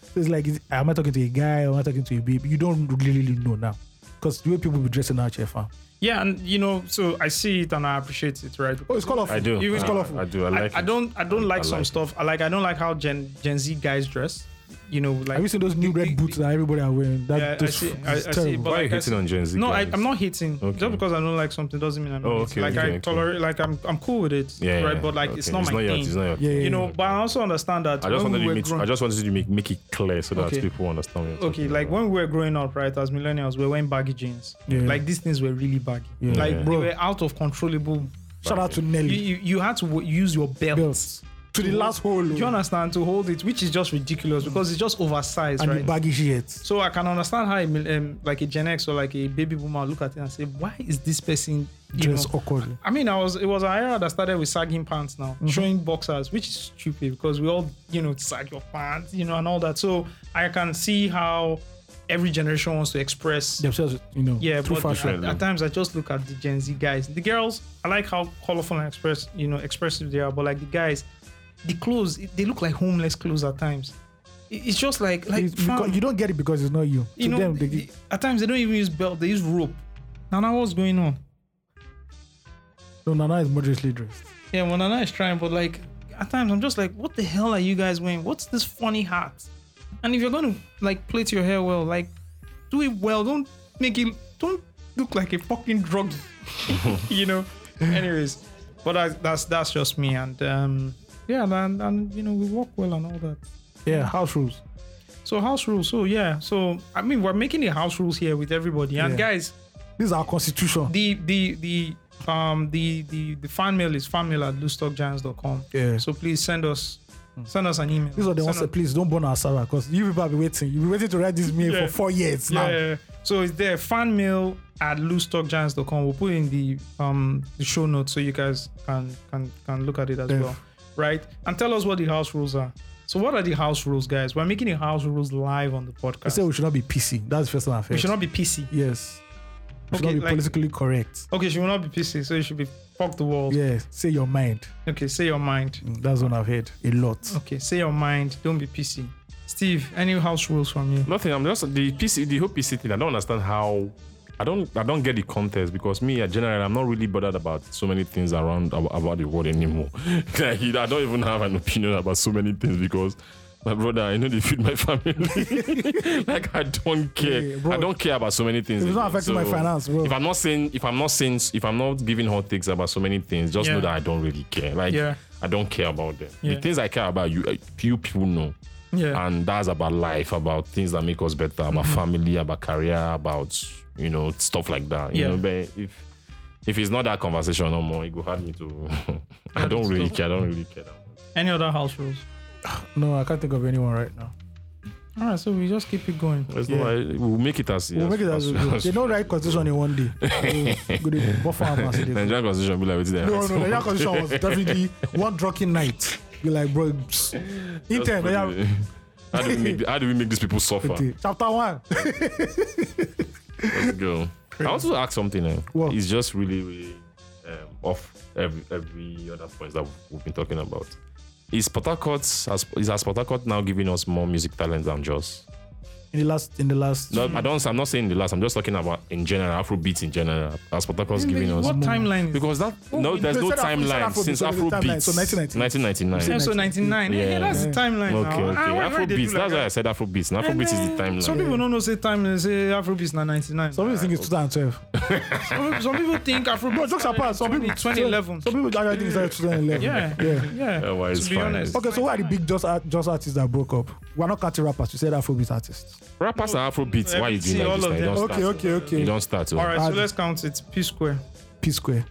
So it's like, is, am I talking to a guy or am I talking to a babe? You don't really, really know now. Because the way people be dressing out here, fam.
yeah, and you know, so I see it and I appreciate it, right?
Oh, it's colorful.
I do.
You- it's
I-
colorful.
I do. I
I,
like
I
it.
don't. I don't like
I
some
like it.
stuff. I like. I don't like how Gen Gen Z guys dress. You know, like
Have you seen those new
the-
red
the-
boots that everybody are wearing? That,
Yeah, I
those-
see-
it's
I- I see,
terrible.
but-
Why are you
like I
hating
s-
on Gen Z?
No, I,
guys?
I'm not hating.
Okay.
Just because I don't like something doesn't mean I'm
Oh,
hating.
okay,
like
okay,
I
okay.
tolerate. Like I'm, I'm cool with it.
Yeah,
right.
yeah,
But like it's
okay.
not my
not your-
thing.
It's not your
Yeah, yeah,
You know. But I also understand that.
I just
when
wanted
we
to
were
make
growing,
I just wanted to make, make it clear so that
Okay.
people understand. what
okay,
you're talking
like
about.
when we were growing up, right, as millennials, we were wearing baggy jeans.
Yeah.
Like these things were really baggy.
Yeah.
Like
Yeah.
they were out of controllable.
Shout out to
You,
Nelly.
you, you had to w- use your belt.
Belts. To the last hole. oh,
Do you understand to hold it, which is just ridiculous because it's just oversized,
And
right?
the baggy shirts.
So I can understand how a mil- um, like a Gen X or like a baby boomer look at it and say, why is this person you
Dress
know,
awkwardly. Mm-hmm.
I mean, I was it was an era that started with sagging pants now, showing boxers, which is stupid because we all you know sag your pants, you know, and all that. So I can see how every generation wants to express.
Themselves, you know.
Yeah,
through
but
fashion.
at, at times I just look at the Gen Z guys. The girls, I like how colorful and express, you know, expressive they are. But like the guys, the clothes, it- they look like homeless clothes at times. It- It's just like like
It's because-
fam,
you don't get it because it's not you.
you
to
know,
them, they,
they- at times they don't even use belt; they use rope. Now, now what's going on?
no, Nana is moderately dressed.
Yeah, well, Nana is trying, but like at times I'm just like, what the hell are you guys wearing? What's this funny hat? And if you're gonna like plait your hair well, like do it well. Don't make it. Don't look like a fucking drug. *laughs* you know. Anyways, but I, that's that's just me, and um, yeah, man, and you know we work well and all that.
Yeah,
Mm.
house rules.
So house rules. So yeah. So I mean, we're making the house rules here with everybody. And
Yeah.
guys,
This is our constitution.
the the the um the the the fan mail is fanmail at loosetalkgiants.com.
Yeah.
So please send us send us an email.
These are the
Send
ones
us-
that please don't burn our server because you people have been waiting. You've been waiting to write this mail
Yeah.
for four years now.
Yeah. So it's there, fan mail at loosetalkgiants.com. We'll put in the um the show notes so you guys can can can look at it as
Yeah.
well. Right? And tell us what the house rules are. So what are the house rules, guys? We're making the house rules live on the
I said
podcast.
we should not be PC. That's the first thing I've heard.
We should not be PC.
Yes. We should
Okay,
not be
like-
politically correct.
Okay, she will not be PC, so you should be fuck the walls.
Yes. Say your mind.
Okay, say your mind.
Mm, That's one I've heard a lot.
Okay, say your mind. Don't be PC. Steve, any house rules from you?
Nothing. I'm just the PC, the whole PC thing. I don't understand how. I don't. I don't get the context because me, at general, I'm not really bothered about so many things around ab- about the world anymore. *laughs* like, I don't even have an opinion about so many things because. My brother, I know they feed my *laughs* family. like I don't care.
Yeah, bro.
I don't care about so many things.
It's not
again.
affecting my finance, bro.
If I'm not saying, if I'm not saying, if I'm not giving hot takes about so many things, just
Yeah.
know that I don't really care. Like
Yeah.
I don't care about them.
Yeah.
The things I care about, you, few people know
Yeah.
and that's about life, about things that make us better, about
Mm-hmm.
family, about career, about you know stuff like that. You
Yeah.
know, but if if it's not that conversation no more, it go hard me to. *laughs* I
Hard
don't
to
really
stop.
care. I don't really care. That much.
Any other house rules?
No, I can't think of anyone right now.
All right, so we just keep it going.
There's
Yeah.
no. I, we'll make it as.
we'll make it as we go. They don't write constitution in one
*laughs*
day. We'll- Good day. Buffer am as it is.
Nigerian constitution be like eh?
No,
wetin
no,
dey
Nigerian
write.
constitution was definitely one drunken night. Be like, bro, psst. E
Just
intern,
put
Nigerian-
it- *laughs* How do we make the- how do we make these people suffer?
chapter one.
Let's go. I want to ask something. eh.
What?
It's just really, really um, off every every other points that we've been talking about. Is Port Harcourt has, is has Port Harcourt now giving us more music talent than just?
In the last, in the last,
No, I don't. I'm not saying the last. I'm just talking about in general Afrobeats in general. Has Port Harcourt giving us?
What timeline is it?
Because that no,
we-
there's
we
no
said Afro- we said
timeline
Afrobeats,
since
so there's a timeline,
Afrobeats.
so 1990.
1999.
Episode 99. Yeah,
Yeah.
that's the timeline now.
Okay, okay.
Ah, why- why they do
Afrobeats.
like
That's why
that?
I said Afrobeats. And Afrobeats is the timeline.
Some people don't know say time, they say Afrobeats na 99.
some
Some,
people think it's 2012.
people- some people think
Bro,
Afrobeats
jokes apart. Some people,
2011.
Some people actually think it's like 2011.
Yeah.
yeah.
yeah,
Yeah, well, it's
to be
fine.
honest.
Okay, so who are the big just art, just artists that broke up? We're not counting rappers. You said Afrobeat artists.
Rappers are Afrobeats. Why you
See,
doing
all
like this?
of them.
now? You don't
Okay,
start.
okay,
You
okay.
don't start. oh.
All right, so
Bad.
let's count it. P Square,
P Square.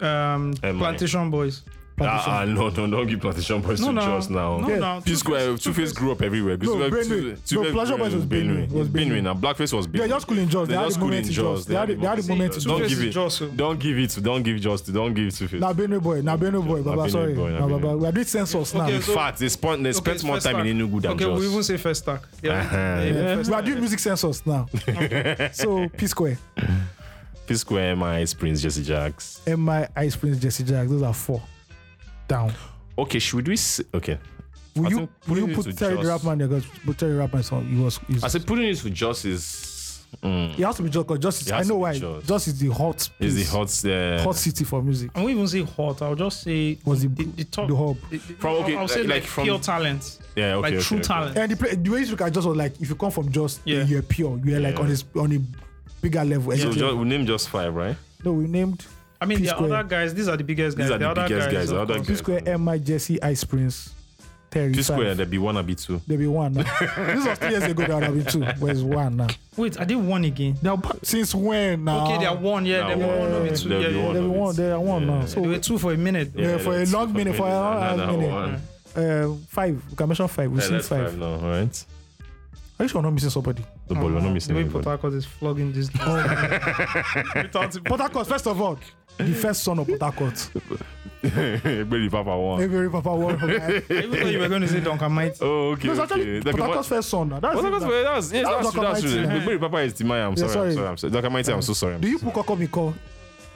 um,
Am I?
Plantation Boys.
Ah, ah, no, no, don't give Plantation Boys
No,
to
no.
Joss now.
No,
Yeah.
no.
P Square, Two Face grew up everywhere.
No,
Two-
Benue.
Two-
No,
Two
Plantation
Face grew up
Boys was
in
Benue. Was Benue.
Benue now. Blackface was Benue.
They're just cool in Jaws. They
They're
had
just
the
cool
moment
in
in
Jaws.
Jaws. They had the- they had the moment in
Two
Don't
Face
give
is
it.
Jaws, oh.
Don't give it. Don't give it Jaws. to- Don't give it Two Face.
Now Benue boy. Now Benue boy.
Na
Baba,
Benue
sorry.
boy, na
Nah,
Benue.
Baba. We are doing censors now.
Okay,
In
so-
fact, they spent they
Okay,
spent
it's
more
first
time in Enugu than
Okay,
Jaws.
we won't say first stack. Yeah,
Uh-huh. *laughs*
yeah,
Yeah.
first
We are
stack.
doing music censors now.
*laughs*
so P Square,
P Square, MI, Prince, Jesse Jacks.
MI, Ice Prince, Jesse Jack. Those are four. Down.
Okay, should we? s- Okay,
Will
I
you
think
will
putting
you
it
put
to
Terry the
Jaws-
Rapman there? Because but Terry Rapman song he was. He's,
I said putting it to Joss is mm,
it has to be Jaws. Because Jaws is,
It
I
has to
know
be
why.
Jaws.
Jaws is the hot.
is the
place,
hot uh,
hot city for music.
I won't even say hot. I'll just say
Was the-
top,
the hub.
the- the-
From- okay,
I'll, I'll say
like
like,
from-
pure talent,
yeah okay,
like
okay,
true
okay.
talent.
And the, play, the way you look at Jaws was like if you come from Jaws,
Yeah.
you're pure. You're like on
Yeah.
his on a bigger level.
So
entity.
Jaws- we name just five, right?
No, we named
I mean,
P
the
Square.
other guys. These are the biggest guys.
These are the
other
biggest guys,
guys.
the
of
other
course.
guys.
P Square, MI, Jesse, Ice Prince, Terry.
P Square,
Five.
there be one, or be two.
There be one now. this was three years ago. There have been two, but it's one now.
Wait, are they one again?
Now, but since when now?
Okay, they are one. Yeah,
Now
they were
one.
one of the two.
They'll
Yeah,
be
yeah.
one.
There be
of it.
one. There are one now.
Yeah.
They were
So
two for a minute. though.
Yeah, for a
that's
long minute, for a
another
long minute.
one.
um, five. We can mention five. We've
Yeah,
seen
that's
five.
now, all right?
Are you sure we're not missing somebody?
The ball, we're not missing
The way
anybody.
Port Harcourt is flogging this. *laughs* Without it-
Port Harcourt, first of all, the first son of Port Harcourt.
*laughs* Everybody Papa won.
Every Papa War. It
I even thought you were going to say Duncan Might.
Oh, okay.
was
okay.
actually Port Harcourt's first son. now. That's
Well,
it
that's,
now.
well, that's, yes,
That
that's,
was
true, that's true.
Dokamite.
Everybody Papa is Timaya. I'm
Yeah,
sorry. I'm
sorry.
sorry. I'm sorry. Dr. Mighty, I'm so sorry. I'm
Do you
so
put Kokomiko?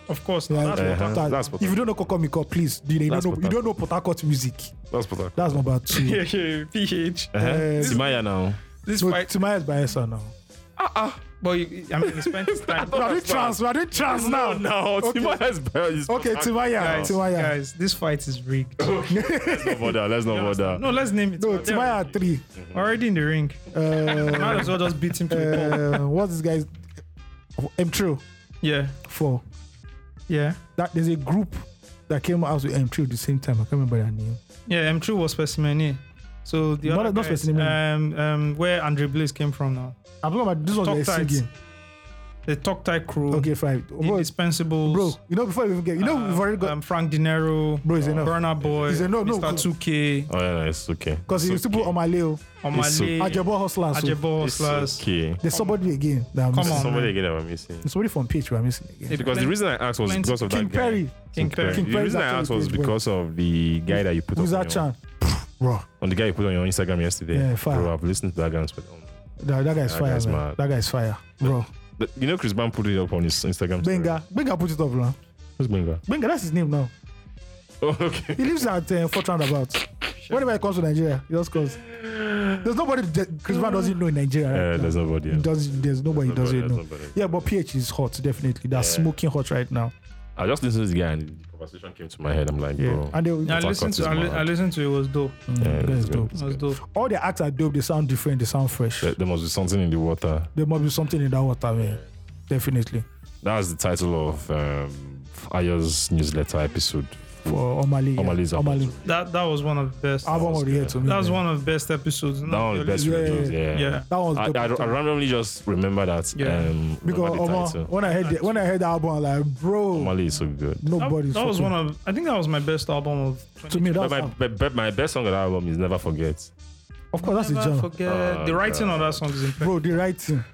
Of course,
Yeah,
that's
Uh-huh.
what
Port
I'm-
Harcourt.
that's Port
If you don't know Kokomiko, please. You don't
That's
know.
Port
You don't know Port Harcourt music.
sorry. That's Port Harcourt.
That's number
*laughs*
two. *laughs*
Yeah, yeah, PH.
Uh-huh.
Uh,
Timaya now.
This
no,
fight,
Timaya is by Esa now.
but you- I mean, he spent his *laughs* time.
We are doing trans. We are doing trans now.
No,
Okay.
Timaya is better. He's
Okay,
Port
Timaya.
Guys,
Timaya.
guys, this fight is rigged. *laughs*
Harcourt. Let's not bother. Let's not bother.
No, let's name it.
No,
Yeah,
Timaya at three.
Already in the ring.
Uh,
Might as well just beat him to the pulp.
uh, what's this guy's? M Trio
Yeah,
four.
yeah.
That there's a group that came out with M Trio at the same time. I can't remember their name.
Yeah, M3 was specimen. yeah. So the
Not-
other
not
guys,
Specimen.
um, um, where Andre Blaze came from now.
I'm talking about this was
Talk
like
tight.
singing.
the talk type crew,
Okay, fine. Bro,
Indispensables,
bro, you know before we even get, you know we've already got
um, Frank Dinero,
Bro, it's enough.
Burner Boy,
It's enough, no,
Mr.
go-
2K,
Oh yeah, no, it's okay.
because
It's
it's people on my leo.
Omale,
Ajabo hustlers. so
Ajebo
It's
Hustlers.
okay.
There's somebody again. That I'm
Come
missing.
on.
Somebody
man.
again that we're missing.
There's somebody from PH we're missing again.
Because the reason I asked was
Plenty-
because of
King
that guy.
Perry,
King Perry.
The
Perry is
reason I
actually
asked was
good, bro.
because of the guy that you put on
who's that
your,
Chan? Bro,
on the guy you put on your Instagram yesterday.
Yeah, fire.
Bro, I've listened to that guy. and spent- um,
that, that guy's
That
fire,
guy's
man.
mad.
That guy's fire, bro.
the- You know, Chris Brown put it up on his Instagram. story.
Benga, Benga put it up, man.
Who's Benga?
Benga, that's his name now.
Oh,
*laughs*
okay.
He lives at uh, Fort Roundabout. Whenever he comes to Nigeria, he just comes. There's nobody that Chris Brown doesn't know in Nigeria. Right
Yeah,
now.
there's nobody.
He
else.
doesn't, there's nobody he
Nobody
doesn't
else,
know.
nobody else.
Yeah, but PH is hot, definitely. They're
Yeah.
smoking hot right now.
I just listened to this guy and the conversation came to my head. I'm like,
Yeah,
bro.
and they,
Yeah, I
Fuck
listened
off,
to
this
I, li-
man.
I listened to it, it was dope.
Mm,
Yeah,
that
it's
is
good.
dope.
It was dope.
all the acts are dope. They sound different. They sound fresh.
There, there must be something in the water.
There must be something in that water, man. Definitely.
That's the title of um, Ayo's newsletter episode.
For Omali, yeah.
Omali's album.
Omali.
That that was one of the best.
album
was
of the year
good.
to me.
That was
man.
one of the best episodes.
That one of the best
Yeah,
reviews.
yeah,
Yeah.
Yeah.
That was
I,
dope.
I, I randomly just remember that.
Yeah.
Um,
because
remember the
Omar,
title.
when I heard the, when I heard the album, I'm like, bro,
Omali is so good.
That,
nobody's.
that was
fucking-
one of I think that was my best album of
to me.
But
That's
my, but, but my best song on the album is Never Forget.
of course that's a
Never
genre.
forget
Oh,
the writing of
God.
that song is impeccable.
bro the writing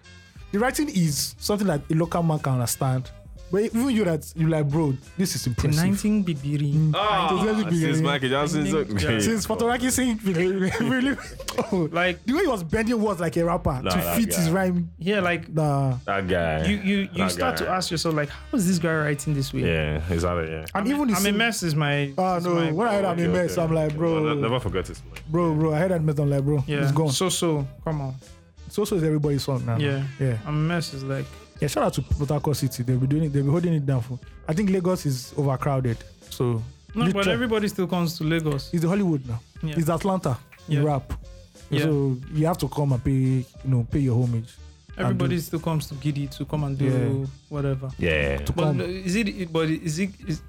the writing is something that a local man can understand but even you that you like bro this is
The
impressive
19 Bibiri.
Ah, since Michael
Jackson,
so great.
since Fotoraki sing *laughs* really oh,
Like
the way he was bending words like a rapper
Nah,
to
that
fit his
guy.
rhyme
yeah, like
nah.
That guy.
you you you
That
start to
guy.
ask yourself like how is this guy writing this way?
Yeah, exactly. Yeah.
and even
I'm
the
a
same-
mess is my
ah
is
no
my-
when I heard I'm a
Okay,
mess
okay,
I'm like
okay.
bro
No, ne- never forget this. man.
bro bro I heard that mess I'm like bro
yeah.
it's gone Uh-huh. so
So so come on.
so is everybody's song now
Yeah.
yeah
I'm a mess is like
yeah shout out to Port Harcourt City they'll be doing it they'll be holding it down for I think Lagos is overcrowded so
no, but
literally-
everybody still comes to Lagos.
it's the Hollywood now.
Yeah.
It's Atlanta in
Yeah.
rap.
Yeah.
So you have to come and pay, you know, pay your homage.
Everybody still comes to Giddy to come and do
Yeah.
whatever.
Yeah.
To
But
come.
no, is it? But is it? Is,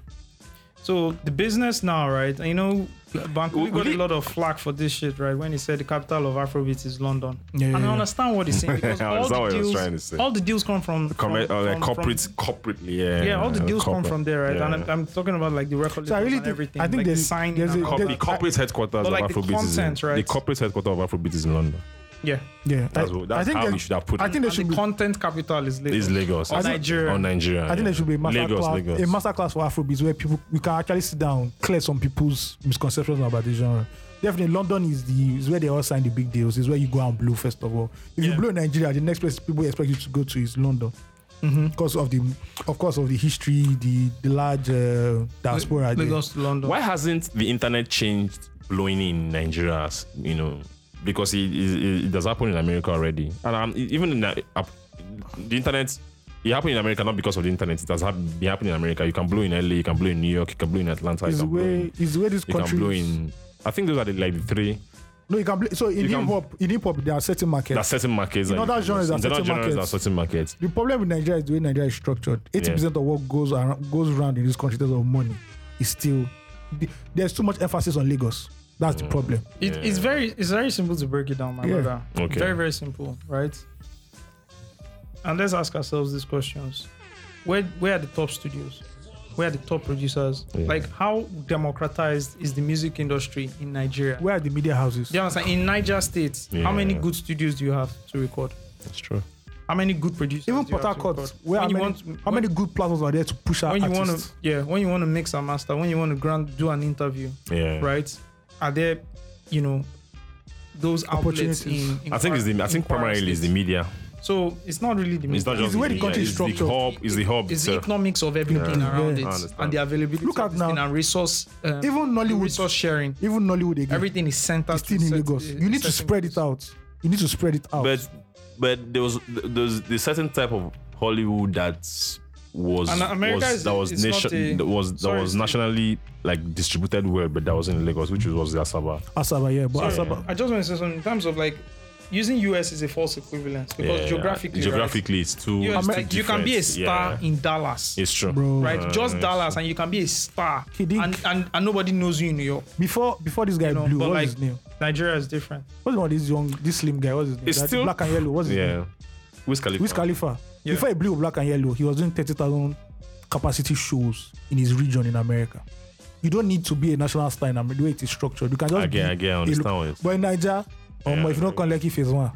so the business now, right? You know, Bankole got a lot of flack for this shit, right? When he said the capital of Afrobeat is London,
Yeah,
and
yeah,
I
yeah.
understand what he's saying because
I
all
understand
the
what he was trying to
deals,
say.
all the deals come from, from,
Com- uh, like
from-
corporate,
from-
corporate, yeah. Uh,
yeah, all the deals come
corporate,
from there, right? And
yeah.
I'm, I'm talking about like the record
So I
labels
really
and
think-
everything.
I think
like
there's-
the signing.
there's
and
a-
all
Corp-
there's-
that.
the corporate headquarters
But, like,
of
the
Afrobeat is in,
content, right?
the corporate headquarters of Afrobeat is in London.
yeah,
Yeah,
That's,
I,
what- that's
I think
how
there-
we should have put
I
it.
think there
and
should
the
be.
content capital is Lagos.
is Lagos
Or
I think-
Nigeria.
Or Nigeria.
I think there should be a master
Lagos,
class,
Lagos.
a master class for Afrobeats where people we can actually sit down, clear some people's misconceptions about the genre. Definitely, London is the is where they all sign the big deals. Is where you go and blow first of all. If you
Yeah.
blow in Nigeria, the next place people expect you to go to is London.
Mm-hmm.
Because of the, of course, of the history, the the large uh, diaspora. there.
Lagos to London.
Why hasn't the internet changed blowing in Nigeria? as, You know, because it, it, it does happen in America already, and um, even in the, uh, the internet. It happened in America not because of the internet. It has hap- been happening in America. You can blow in LA, you can blow in New York, you can blow in Atlanta, you
Is
can blow
where
in,
is where this
you can
country.
blow
is.
in. I think those are the, like the three
No, you can play. So in
You can-
hip hop, in hip hop, there are certain markets.
that certain markets.
In
that you
other
can-
genres, there are
in other
certain
genres, there
markets.
are certain markets.
the problem with Nigeria is the way Nigeria is structured. Eighty percent of what goes around, goes around in this country in terms of money is still the- there's too much emphasis on Lagos. That's
Mm.
the problem.
It, It's very it's very simple to break it down, my
Yeah.
brother.
Okay.
Very very simple, right? And let's ask ourselves these questions: Where where are the top studios? Where are the top producers?
Yeah.
Like how democratized is the music industry in Nigeria?
Where are the media houses?
Do you understand? In Niger State, how many
Yeah.
good studios do you have to record?
That's true.
How many good producers?
Even
do you
Port
have to
Harcourt,
record?
where
When
are
you
many,
want-
how many good platforms are there to push out
When you want to
artists?
yeah, when you want to mix a master, when you want to grant do an interview,
Yeah.
right? Are there, you know, those outlets
Opportunities.
in, in
I think it's the. I
in
think
Kwara
primarily it's the
State.
media.
So it's not really the
It's not
media.
just
It's where the
media,
country is
it's
structured.
The hub is the hub.
It's the
itself.
economics of everything
Yeah.
around
Yeah.
I
it
understand.
and the availability
Look at
of this thing
now.
and resource um,
Even Nollywood.
resource sharing.
Even Nollywood again.
Everything is centered
is
to
still in
set-
Lagos.
uh,
You need to
setting
spread it
goals.
out. You need to spread it out.
but but there was there was the certain type of Hollywood that was,
And America
was
is-
that was
is not a-
nation that was that
sorry,
was
Steve.
nationally like distributed well, but that was in Lagos, which was the Asaba.
Asaba, yeah, but
Sorry.
Asaba,
I just want to say something in terms of like using US is a false equivalence because
Yeah,
geographically,
geographically, it's too.
right,
it's
US,
too
like, you can
different.
be a star
Yeah.
in Dallas,
It's true,
Bro.
right? just
Uh,
Dallas, and you can be a star,
Kidding.
and, and and nobody knows you in New York.
before before this guy
You know,
blew,
but
what's
like
his name?
Nigeria is different.
What's the name of this young, this slim guy? What's his name?
It's
That
still-
black and yellow. What's his name?
Yeah. Wiz Khalifa.
Wiz Khalifa.
Yeah.
Before he blew black and yellow, he was doing 30,000 capacity shows in his region in America. You don't need to be a national star in America. The way it is structured, you can just
Again,
be
again, I
a
understand
lo-
what it's-
But in Nigeria, um,
Yeah.
if you don't come lucky phase
*laughs*
one,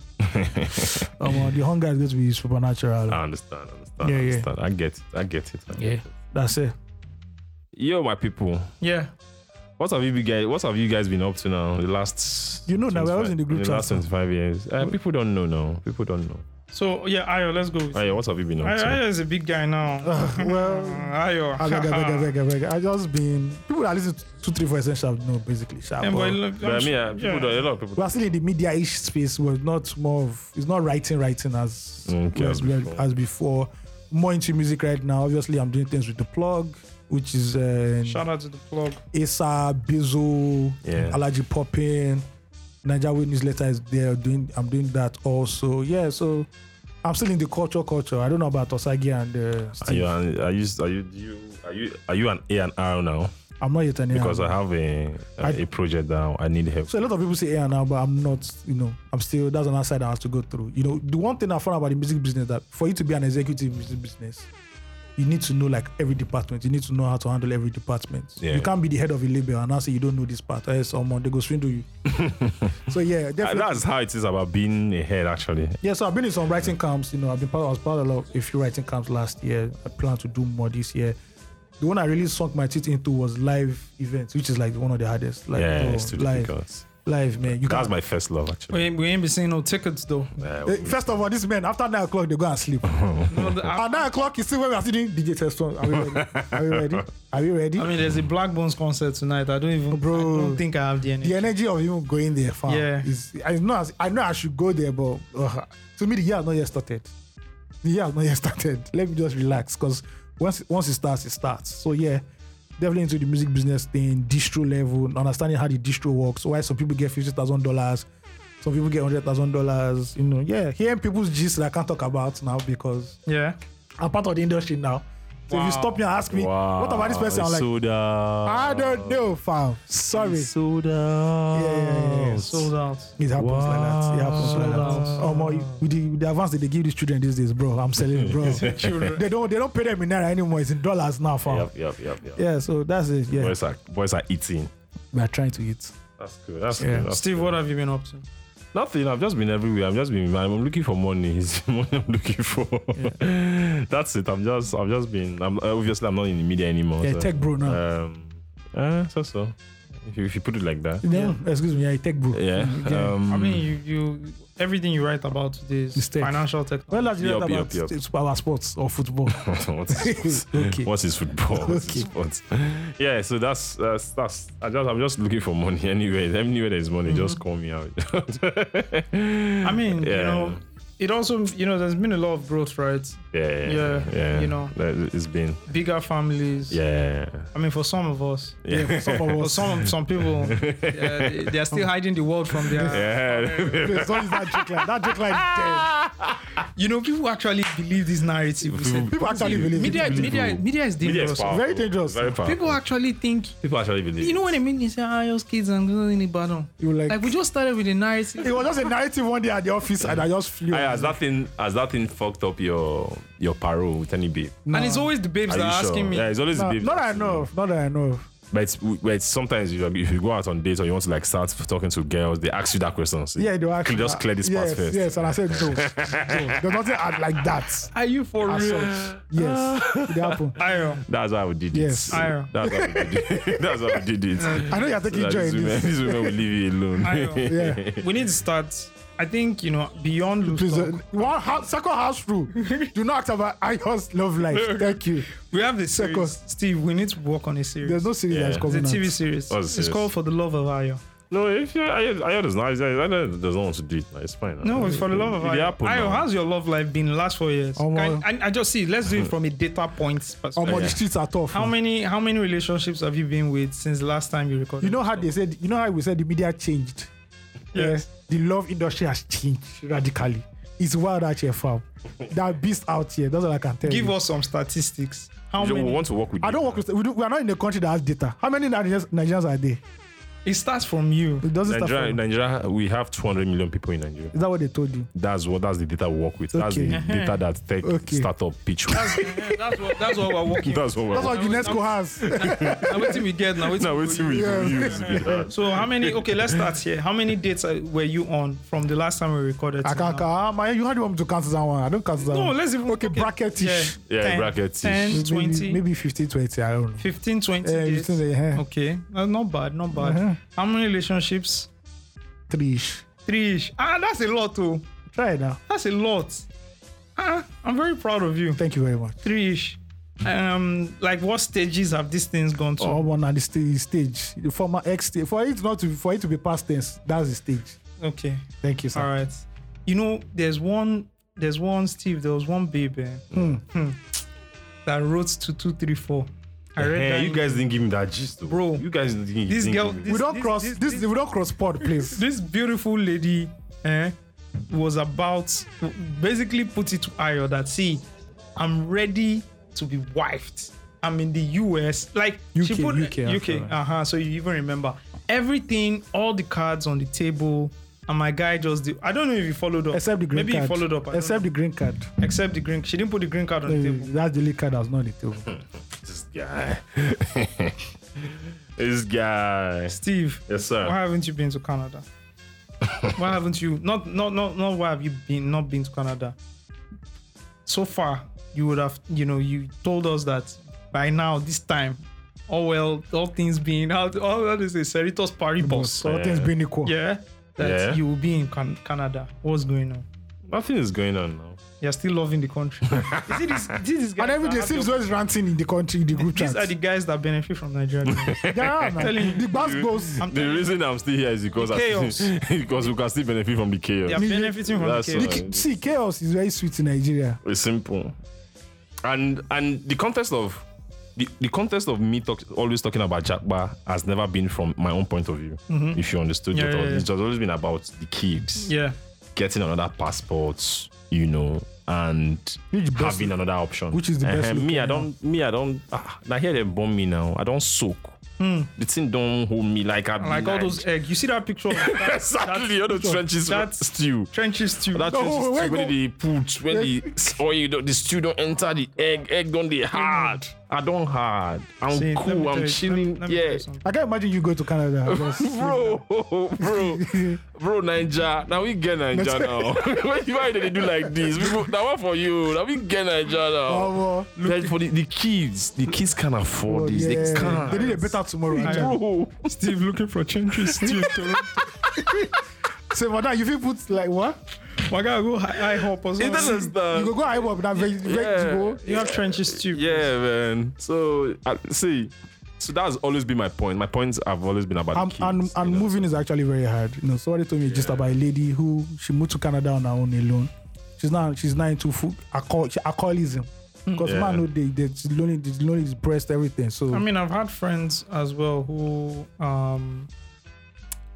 um, the hunger is going to be supernatural.
I understand, I understand,
Yeah,
I
yeah.
understand. I get it, I get it. I get
Yeah.
it.
That's it.
Yo, my people,
Yeah.
what have you be guys? What have you guys been up to now? The last
You know now, we're always
25
in the group chat.
last twenty-five years. Uh, people don't know now. People don't know.
So yeah, Ayo, let's go. With
Ayo, what have you been up
Ayo,
to?
Ayo is a big guy now. Uh,
*laughs*
well,
Ayo.
I beg, I beg, I beg, I beg. I just been people that listen to two, three, four essential, no, basically. Sharp,
Yeah,
but
but I love-
But I mean, yeah, people
yeah.
don't. A lot of people.
we are still in the media-ish space. We're not more of it's not writing, writing as
Okay,
as,
as before.
as before. More into music right now. Obviously, I'm doing things with the plug, which is uh,
Shout out to the plug.
Asa, Bizzle,
Yeah.
Allergy Poppin, Niger Way newsletter is there. Doing I'm doing that also. Yeah, so I'm still in the culture culture. I don't know about Osagi and uh,
Are
Steve.
you, an- are you are you do you are you are you an A and R now?
I'm not yet an A&R.
Because I have a a,
I-
a project now. I need help.
So a lot of people say A and R, but I'm not. You know, I'm still. That's another side I have to go through. You know, the one thing I found about the music business that for you to be an executive in music business, you need to know like every department. You need to know how to handle every department.
Yeah.
You can't be the head of a label and now say you don't know this part. Or else someone they go swindle
*laughs*
you. so yeah,
Uh,
definitely.
That's how it is about being a head, actually.
yeah, so I've been in some writing camps. You know, I've been part. I was part of a, lot, a few writing camps last year. I plan to do more this year. The one I really sunk my teeth into was live events, which is like one of the hardest. Like,
yeah,
oh,
it's too
live,
difficult.
live, man. You
That's
can't
my first love, actually.
We ain't, we ain't be seeing no tickets though.
Uh,
Eh, First of all, these men after nine o'clock they go and sleep.
No, the- I,
At nine o'clock, you see when we are sitting DJ test on. Are we ready? Are we ready? Are we ready?
I mean, there's a Black Bones concert tonight. I don't even.
Bro.
I don't think I have the energy.
the energy of even going there, fam.
Yeah.
Is, I know. as- I know I should go there, but uh, to me the year has not yet started. The year has not yet *laughs* started. Let me just relax, cause once once it starts, it starts. So yeah, definitely into the music business thing, distro level, understanding how the distro works. Why some people get fifty thousand dollars. Some people get hundred thousand dollars, you know. Yeah, hearing people's gist that I can't talk about now because
Yeah.
I'm part of the industry now. So if you stop me and ask me, what about this person? I'm like, Ah.
soda.
I don't know, fam. Sorry.
Soda.
yeah, yeah.
Sold out.
It happens like that. It happens
Wow.
like that.
Wow.
Oh my, with the, with the advance that they give these children these days, bro, I'm selling,
*laughs*
it, bro. they don't, they don't pay them in naira anymore. It's in dollars now, fam.
Yep, yep, yep, yep.
Yeah, so that's it. Yeah,
Boys are boys are eating.
we are trying to eat.
That's good. That's
Yeah.
good. That's
Steve,
good.
what have you been up to?
Nothing. I've just been everywhere. I've just been. I'm looking for money. *laughs* It's money I'm looking for. *laughs* That's it. I'm just. I've just been. I'm obviously. I'm not in the media anymore.
Yeah,
so,
tech bro now.
Um. Uh, so so. If you, if you put
*laughs*
it like that.
Yeah, excuse me. Yeah, tech bro.
Yeah.
Yeah.
Um,
I mean, you, you everything you write about today is
It's tech.
financial tech.
Well, that's
Yup,
about
yup, yup.
it's our sports or
*laughs*
football.
*laughs* what
*laughs*
is
Okay.
what is football? What is sports? Yeah, so that's that's that's I just I'm just looking for money *laughs* anyway. Anywhere there's money, just call me out.
Mm-hmm. I mean, you
*laughs* Yeah.
know, it also, you know, there's been a lot of growth, right?
yeah,
Yeah,
yeah, yeah.
you know.
That- it's been
Bigger families. *laughs*
yeah,
I mean, for some of us,
yeah,
Yeah,
yeah.
some of
for
us.
some some
*laughs*
people, uh, they, they are still hiding the world from their.
*laughs*
Please don't use that joke line. That joke line is dead.
You know, people actually believe this narrative. we said.
People actually believe it.
media, media, media is
Media
dangerous.
is powerful.
Very dangerous.
Very powerful.
people actually think.
People actually believe.
You know what I mean? They say, ah, those kids and going in the bottom.
You were like-
like we just started with the narrative.
It was just a narrative one day at the office, and I just flew.
Hey, has that thing has that thing fucked up your your parole with any babe?
And it's always the babes
Are
that
you
are
sure?
asking me.
Yeah, it's always
Nah,
the babes.
not that I know. of, Not that I know. of.
But it's, but it's sometimes if you, if you go out on dates or you want to like start talking to girls, they ask you that question. So
Yeah, they were
cl-
actually
just clear this
yes,
part first.
Yes, and I said no. no there's nothing I'd like that.
Are you for
As
real?
such. Yes, it happened.
I am.
That's why we did
Yes.
it.
Iron.
That's why we did
*laughs*
it. That's why we did it.
I know you're
So
taking
that
joy
these
in
women,
this.
these women will leave you alone.
Iron.
Yeah.
We need to start. I think you know beyond loose
Please, uh,
*laughs*
talk,
one house, second house rule. Do not act about Ion's love life. Thank you.
we have the series.
Second.
Steve, we need to work on a series.
There's no series that's
Yeah.
It's a
coming
TV
out.
series.
What's
it's
the series?
called For the Love of Ayo.
*laughs* No, if you, I, I don't know. I don't there's no one to do it. Now. It's fine.
No, it's for the love of
It
Ayo.
happened
Ayo,
now.
how's your love life been last four years?
Omo.
Can- I, I just see. Let's do it from a data points
Oh,
Um,
perspective.
The streets are tough.
How
man.
many how many relationships have you been with since the last time you recorded?
You know how they said. You know how we said the media changed.
Yes.
Eh, The love industry has changed radically. It's wild out here, fam. That beast out here. That's all I can tell
Give
you.
us some statistics. How
You
many?
want to work with
I don't work with. We, do, we are not in a country that has data. How many Nigerians, Nigerians are there?
It starts from you.
It doesn't start
Nigeria,
from.
eh?
Nigeria, we have 200 million people in Nigeria.
Is that what they told you?
That's what that's the data we work with. That's
Okay.
the data that tech
Okay.
startup pitch. with.
Uh-huh.
*laughs*
That's, eh, *laughs* that's what that's what we're working.
that's what we're
That's what UNESCO
*laughs*
has.
Now waiting we get now waiting.
now waiting we
Yeah.
*laughs* use. That's
So how many? Okay, let's start here. How many dates uh, were you on from the last time we recorded?
I
till
can't.
now?
Ah, man, you had one to cancel that one. I don't cancel that
No,
one.
let's even
Okay, bracketish.
Yeah,
10,
bracketish.
10, 20,
Maybe, maybe 15, 20. I don't know.
15, 20
Eh,
dates.
15, eh, eh,
Okay, that's not bad, not bad.
Uh-huh.
How many relationships?
Three ish.
Three ish. Ah, that's a lot, too.
Try it now.
That's a lot. Ah, I'm very proud of you.
Thank you very much.
Three ish. Um, like what stages have these things gone to?
Someone at the sta- stage, the former ex stage. For it not to, for it to be past tense, that's the stage.
Okay,
Thank you, sir.
all right. You know, there's one, there's one Steve, there was one baby hmm, that wrote to two, three, four. I read that.
Hey, you
in-
guys didn't give me that gist, though.
Bro,
You guys didn't give
this
didn't
girl-
give me
we
this-
don't cross this,
this-
We don't cross pod, please.
this beautiful lady eh, was about basically put it to Ayo that see, I'm ready to be wifed. I'm in the US. Like she
UK,
put
UK, I feel
UK.
like.
Uh-huh. So you even remember. Everything, all the cards on the table. And my guy just did, I don't know if he followed up.
Except the green
Maybe
card.
he followed up. I don't
Except the
*laughs*
green card.
know. except the green. She didn't put the green card on the table.
That's the only card that's not on the table.
This guy. *laughs* this guy.
Steve,
Yes,
why
sir.
haven't you been to Canada? why haven't you not not not not why have you been not been to Canada? So far, you would have you know you told us that by now this time, all well all things being out all that is a Cerritos Paribus,
All things being equal.
yeah, that
Yeah.
you will be in can- Canada. What's going on?
Nothing is going on now.
You're still loving the
*laughs*
country. is it this, this is
And every day seems always ranting in the country, in the group chat.
these are the guys that benefit from Nigeria. *laughs*
yeah,
telling you.
man. The bus goes.
I'm
The
telling you,
reason I'm still here is because I
Chaos.
still, *laughs* because we can still benefit from the chaos. *laughs*
they are benefiting from the
That's
chaos.
all.
Ki- See, chaos is very sweet in Nigeria.
It's simple. And and the context of the, the context of me talk, always talking about Jakba has never been from my own point of view. If you understood
Mm-hmm. Yeah,
that,
yeah, yeah.
it's always been about the kids
Yeah,
getting another passport, you know, and
Which best-
having another option.
which is the best
Eh,
look
Me, I
right
don't. Me, I don't. Ah, now here they bomb me now. I don't soak. The thing don't hold me like I
Hmm. like all those eggs. You see that picture? Of that,
*laughs* exactly all the trenches
that's-
stew.
trenches
*laughs*
too.
Oh,
Oh
That
No,
trenches
wait,
stew
go-
when they put when the oil don't- the stew don't enter the egg. Egg don't they hard. I don't hard. I'm
See, let me
cool.
tell you-
I'm
let-
chilling.
let me tell
yeah.
you something.
I can't imagine you go to Canada.
*laughs*
Just,
*laughs* Bro, bro, bro, Ninja. Now we get
*laughs*
Ninja now. *laughs* Why- Why do they do like this? People, that one for you. Now we get Ninja
Oh,
now.
Omo.
Like for the, the kids, the kids can't afford
Oh,
this. They
yeah.
can't.
They need a better tomorrow. Ajay.
Bro,
Steve looking for trenches
*laughs*
too.
So, madam, you feel put like what?
My guy go high, high hop or
it
something.
doesn't.
You go go hype up that veg, veg
Yeah.
go.
You have trenches too.
Yeah, man. So uh, see, so that's always been my point. My points have always been about
And,
the
Um, and,
kids,
and
you know.
moving is actually very hard. You know, somebody told me just about a lady who she moved to Canada on her own alone. She's not she's not into food alcohol, she- alcoholism. Because
Yeah.
man, no, they they she's lonely, she's lonely, his breast, everything. So
I mean, I've had friends as well who, um,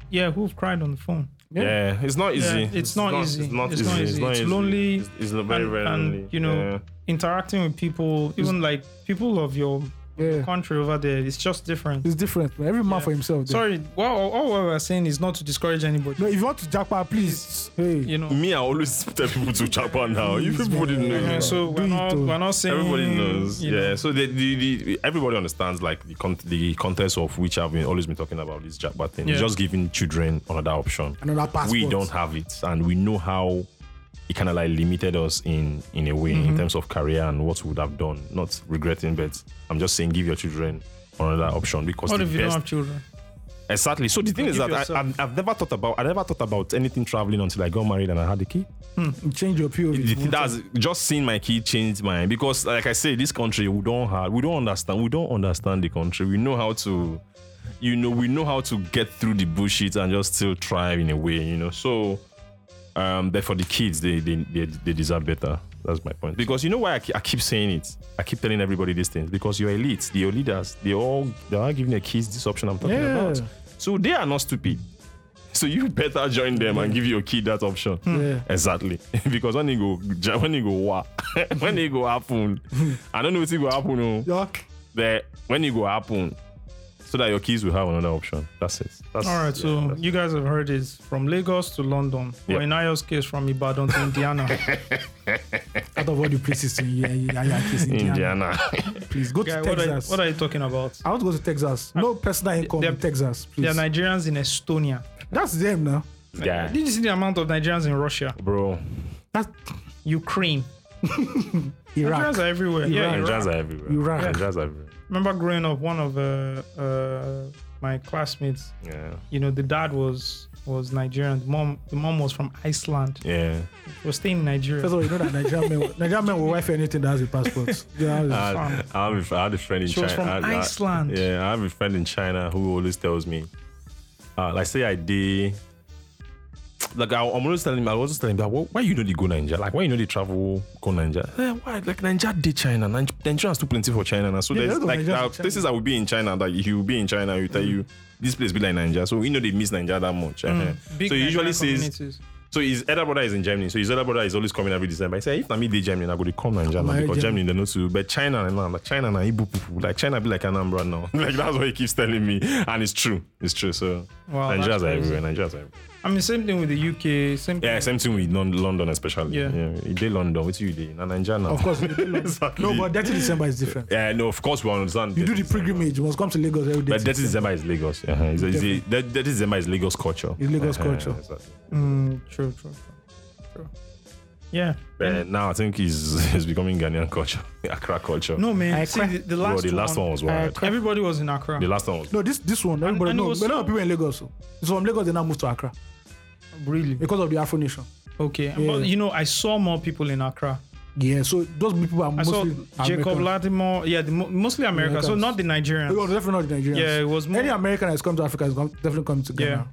yeah, who've cried on the phone.
Yeah. it's not easy.
it's not easy. It's not easy. It's lonely
It's, it's very,
and,
very
and,
lonely.
you know,
Yeah.
interacting with people, even like people of your
yeah,
country over there, it's just different.
it's different. man. Every man for himself. there.
Sorry, well, all what we're saying is not to discourage anybody.
No, if you want to jackpot, please. Hey,
You know,
me, I always *laughs* tell people to Japan now. You people didn't know.
Uh,
it.
so
Do
we're
it
not,
too.
we're not saying
Everybody knows,
Eh, you
yeah.
know,
So the, the, the everybody understands like the con- the context of which I've been always been talking about this Japan thing. It's
Yeah.
just giving children another option.
another passport.
we don't have it and we know how it kind of like limited us in in a way
Mm-hmm.
in terms of career and what we would have done not regretting but i'm just saying give your children another option because
What
the
if you don't have
best
children?
exactly so the thing is
Give
that I,
yourself-
I've, I've never thought about i never thought about anything traveling until i got married and i had a kid
change your POV.
the thing that's just seeing my kid change mine because like i say this country we don't have we don't understand we don't understand the country we know how to you know we know how to get through the bullshit and just still thrive in a way you know so um but for the kids they they they, they deserve better that's my point because you know why I, ke- I keep saying it i keep telling everybody these things because your elites your leaders they all they are giving their kids this option i'm talking
Yeah.
about so they are not stupid so you better join them and give your kid that option.
Yeah.
Exactly. *laughs* because when you go when you go wah, *laughs* when you go happen, I don't know what it go happen. oh.
Yeah.
But when it go happen, so that your kids will have another option. That's it. That's,
All right,
yeah,
so
that's-
you guys have heard it's from Lagos to London,
Yeah.
or in Ayo's case, from Ibadan to
*laughs*
Indiana.
Out of all the places to yeah, yeah, yeah, it's Indiana.
Indiana.
Please go
Guy,
to
what, are,
Texas.
what are you talking about?
I want to go to Texas. No personal income
they're-
in Texas,
There are
please.
Nigerians in Estonia.
That's them now.
*laughs* yeah,
Did you see the amount of Nigerians in Russia,
bro.
That's
Ukraine? Nigerians
Iraq.
are everywhere. Yeah,
Iraq.
Iraq.
Nigerians are everywhere.
Iraq.
Nigerians are everywhere.
Remember growing up, one of uh, uh, my classmates,
Yeah,
you know, the dad was was Nigerian. The mom, the mom was from Iceland.
yeah.
She was staying in Nigeria.
First of all, you know that Nigerian men, Nigerian men will wife anything that has a passport. Yeah,
I, I, have a, I had a friend in
um, She
China.
was from
I- I-
Iceland.
yeah, I have a friend in China who always tells me, uh, like, say I did. Like I, I'm always telling him, I was just telling him that "Why- why you know they go Ninja? Like why you know they travel go Ninja? Eh, why like Ninja did China? Ninja, Ninja is too plenty for China now. So
Yeah,
there's
a lot of
like
Nigerians
there are
in China.
places that will be in China that if you be in China, you tell
Mm.
you this place be like Ninja. So you know they miss Ninja that much. eh.
Big
so he usually
Nigerian
says
communities.
so his elder brother is in Germany. So his elder brother is always coming every December. He said, if not me dey Germany, I go to come Nigeria now
Why
because
Germany?
Germany they know too. But China now, like China now, Ibu pupu. like China be like an umbrella now. *laughs* like that's what he keeps telling me, and it's true. It's true. So
Wow, that's
Nigerians are
crazy.
everywhere. Nigerians are everywhere.
I mean, same thing with the UK. Same thing.
Yeah, same thing with Lon- London especially.
Yeah.
yeah. You dey London, what you dey? Na Nigeria now.
of course.
*laughs*
you do.
Exactly.
No, but 30 December is different.
yeah, no, of course we understand.
You do the pilgrimage. You must come to Lagos every day.
But that is December is Lagos. Yeah, uh-huh. It's- it's-
Definitely.
that, that is December is Lagos culture.
It's Lagos
Uh-huh,
culture.
Exactly.
Mm, true, true, true, true. Yeah.
But now I think it's, *laughs* it's becoming Ghanaian culture, *laughs* Accra culture.
No man.
Accra.
See, the, the
Bro,
last
the last one was wild.
Everybody was in Accra,
The last one was
No, this this one. Everybody
and it
no,
was
a lot of
so-
people in Lagos. So It's from Lagos they now moved to Accra
really.
because of the Afro Nation.
Okay,
Yeah.
but you know, I saw more people in Accra.
Yeah, so those people are
I
mostly
saw Jacob
Americans.
Latimore. Yeah, the, mo- mostly America. So
Americans.
not the
It was
Nigerians.
definitely not Nigerians.
Yeah, it was more-
any American that's come to Africa is com- definitely coming to
Yeah,
Ghana.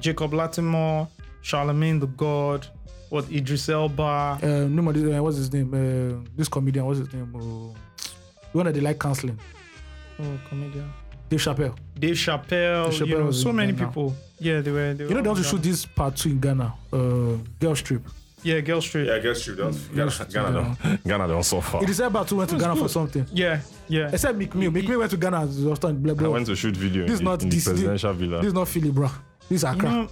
Jacob Latimore, Charlemagne the God, what Idris Elba.
Yeah. Um, no, more, this- uh, what's his name? Uh, this comedian, what's his name? Oh, the one that they like counseling,
Oh, comedian.
Dave Chappelle.
Dave Chappelle.
Dave
you
Chappelle
know,
was
so
in
many
Ghana.
people. Yeah, they were. They were
You know they
all
want to
in
shoot
Ghana.
this part two in Ghana, uh, Girl Strip.
Yeah, Girl Street.
Yeah,
Yeah,
I guess you don't. Ghana,
Yes,
Ghana, don't, Ghana don't so far.
It is about to went to Ghana for something.
yeah.
Except Mick Mill. Mick Mill went to Ghana as a hostage, blah,
I
blah.
went to shoot video
This is
in,
not
in
this-
the presidential villa.
This is not Philly, bro. This is
You
Accra.
know,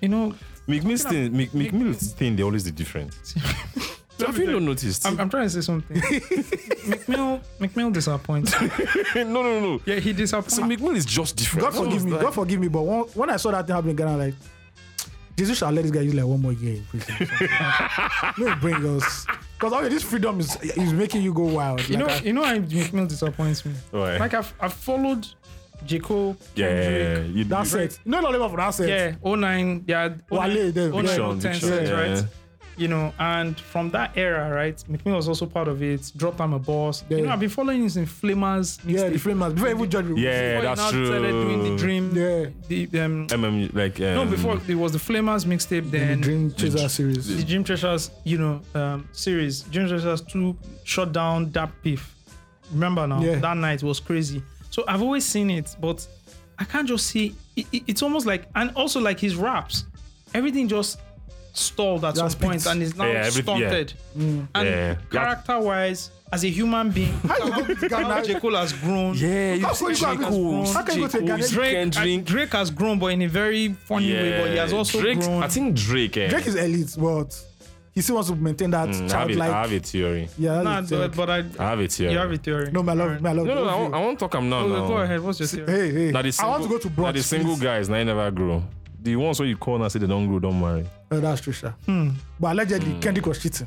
you know,
McMill's thing, Mc- McMill's thing, they always the difference. Have you not noticed?
I'm, I'm trying to say
*laughs*
something. McMill, McMill disappoints.
*laughs* no, no, no.
Yeah, he
So
disappoints.
McMill is just different.
God forgive me. God forgive me. But when, when I saw that thing happen in Ghana, like, Jesus shall let this guy use like one more year in prison. no, bring us. Because all this freedom is is making you go wild.
You
like, Eh.
know,
I-
you know, I McMill disappoints me.
Why?
Like I've, I've followed J Cole.
Yeah, yeah, yeah. You,
that's
you,
it. No, not even for that set.
Yeah, 09, yeah, 09,
Wale, them,
09,
Diction,
10
diction,
cents,
yeah.
right? You know, and from that era, right, McMill was also part of it. Dropped I'm a boss. You
Yeah.
know, I've been following him in Flammers.
Yeah, the
mixtape.
flamers. Before even judge.
Before
Yeah,
he
that's
now started Doing the
true.
dream.
Yeah.
The um,
MM, like, um,
no, before it was the Flammers mixtape.
The
Then
Dream Chaser series.
the Jim Treasure's, you know, um, series, Jim Treasure's 2 shut down that beef. Remember now,
Yeah.
that night was crazy. So I've always seen it, but I can't just see. It, it- it's almost like, and also like his raps, everything just stalled at
That's
some point
peaks.
and is now
Yeah, every- yeah. Mm.
stunted. And
Yeah.
character wise, as a human being,
*laughs* How you go to
how
Ghana?
J. Cole has grown.
Yeah, you
How
see
can you go
Drake
to-
oh, has grown.
how can you go to
Drake
Ghana?
has
Drake,
grown.
and Drake has grown, but in a very funny way. But he has also
Drake,
grown.
I think Drake. Eh,
Drake is elite, but he still wants to maintain that
Mm, I have, a, I
childlike.
have a theory.
Yeah,
Nah,
that's the
but,
thing.
but I,
I have a theory.
you have a theory.
no, my love,
Alright.
my love.
No, no, no. I won't, I won't talk. I'm now.
Okay,
now.
Go ahead. What's your theory?
Hey, hey.
Now the
I
single,
want to go to
now
Bronx.
the single
please.
guys, now they never grow. The ones where you call and say they don't grow, don't marry.
No, that's true, sir. But allegedly, Kendrick was cheating.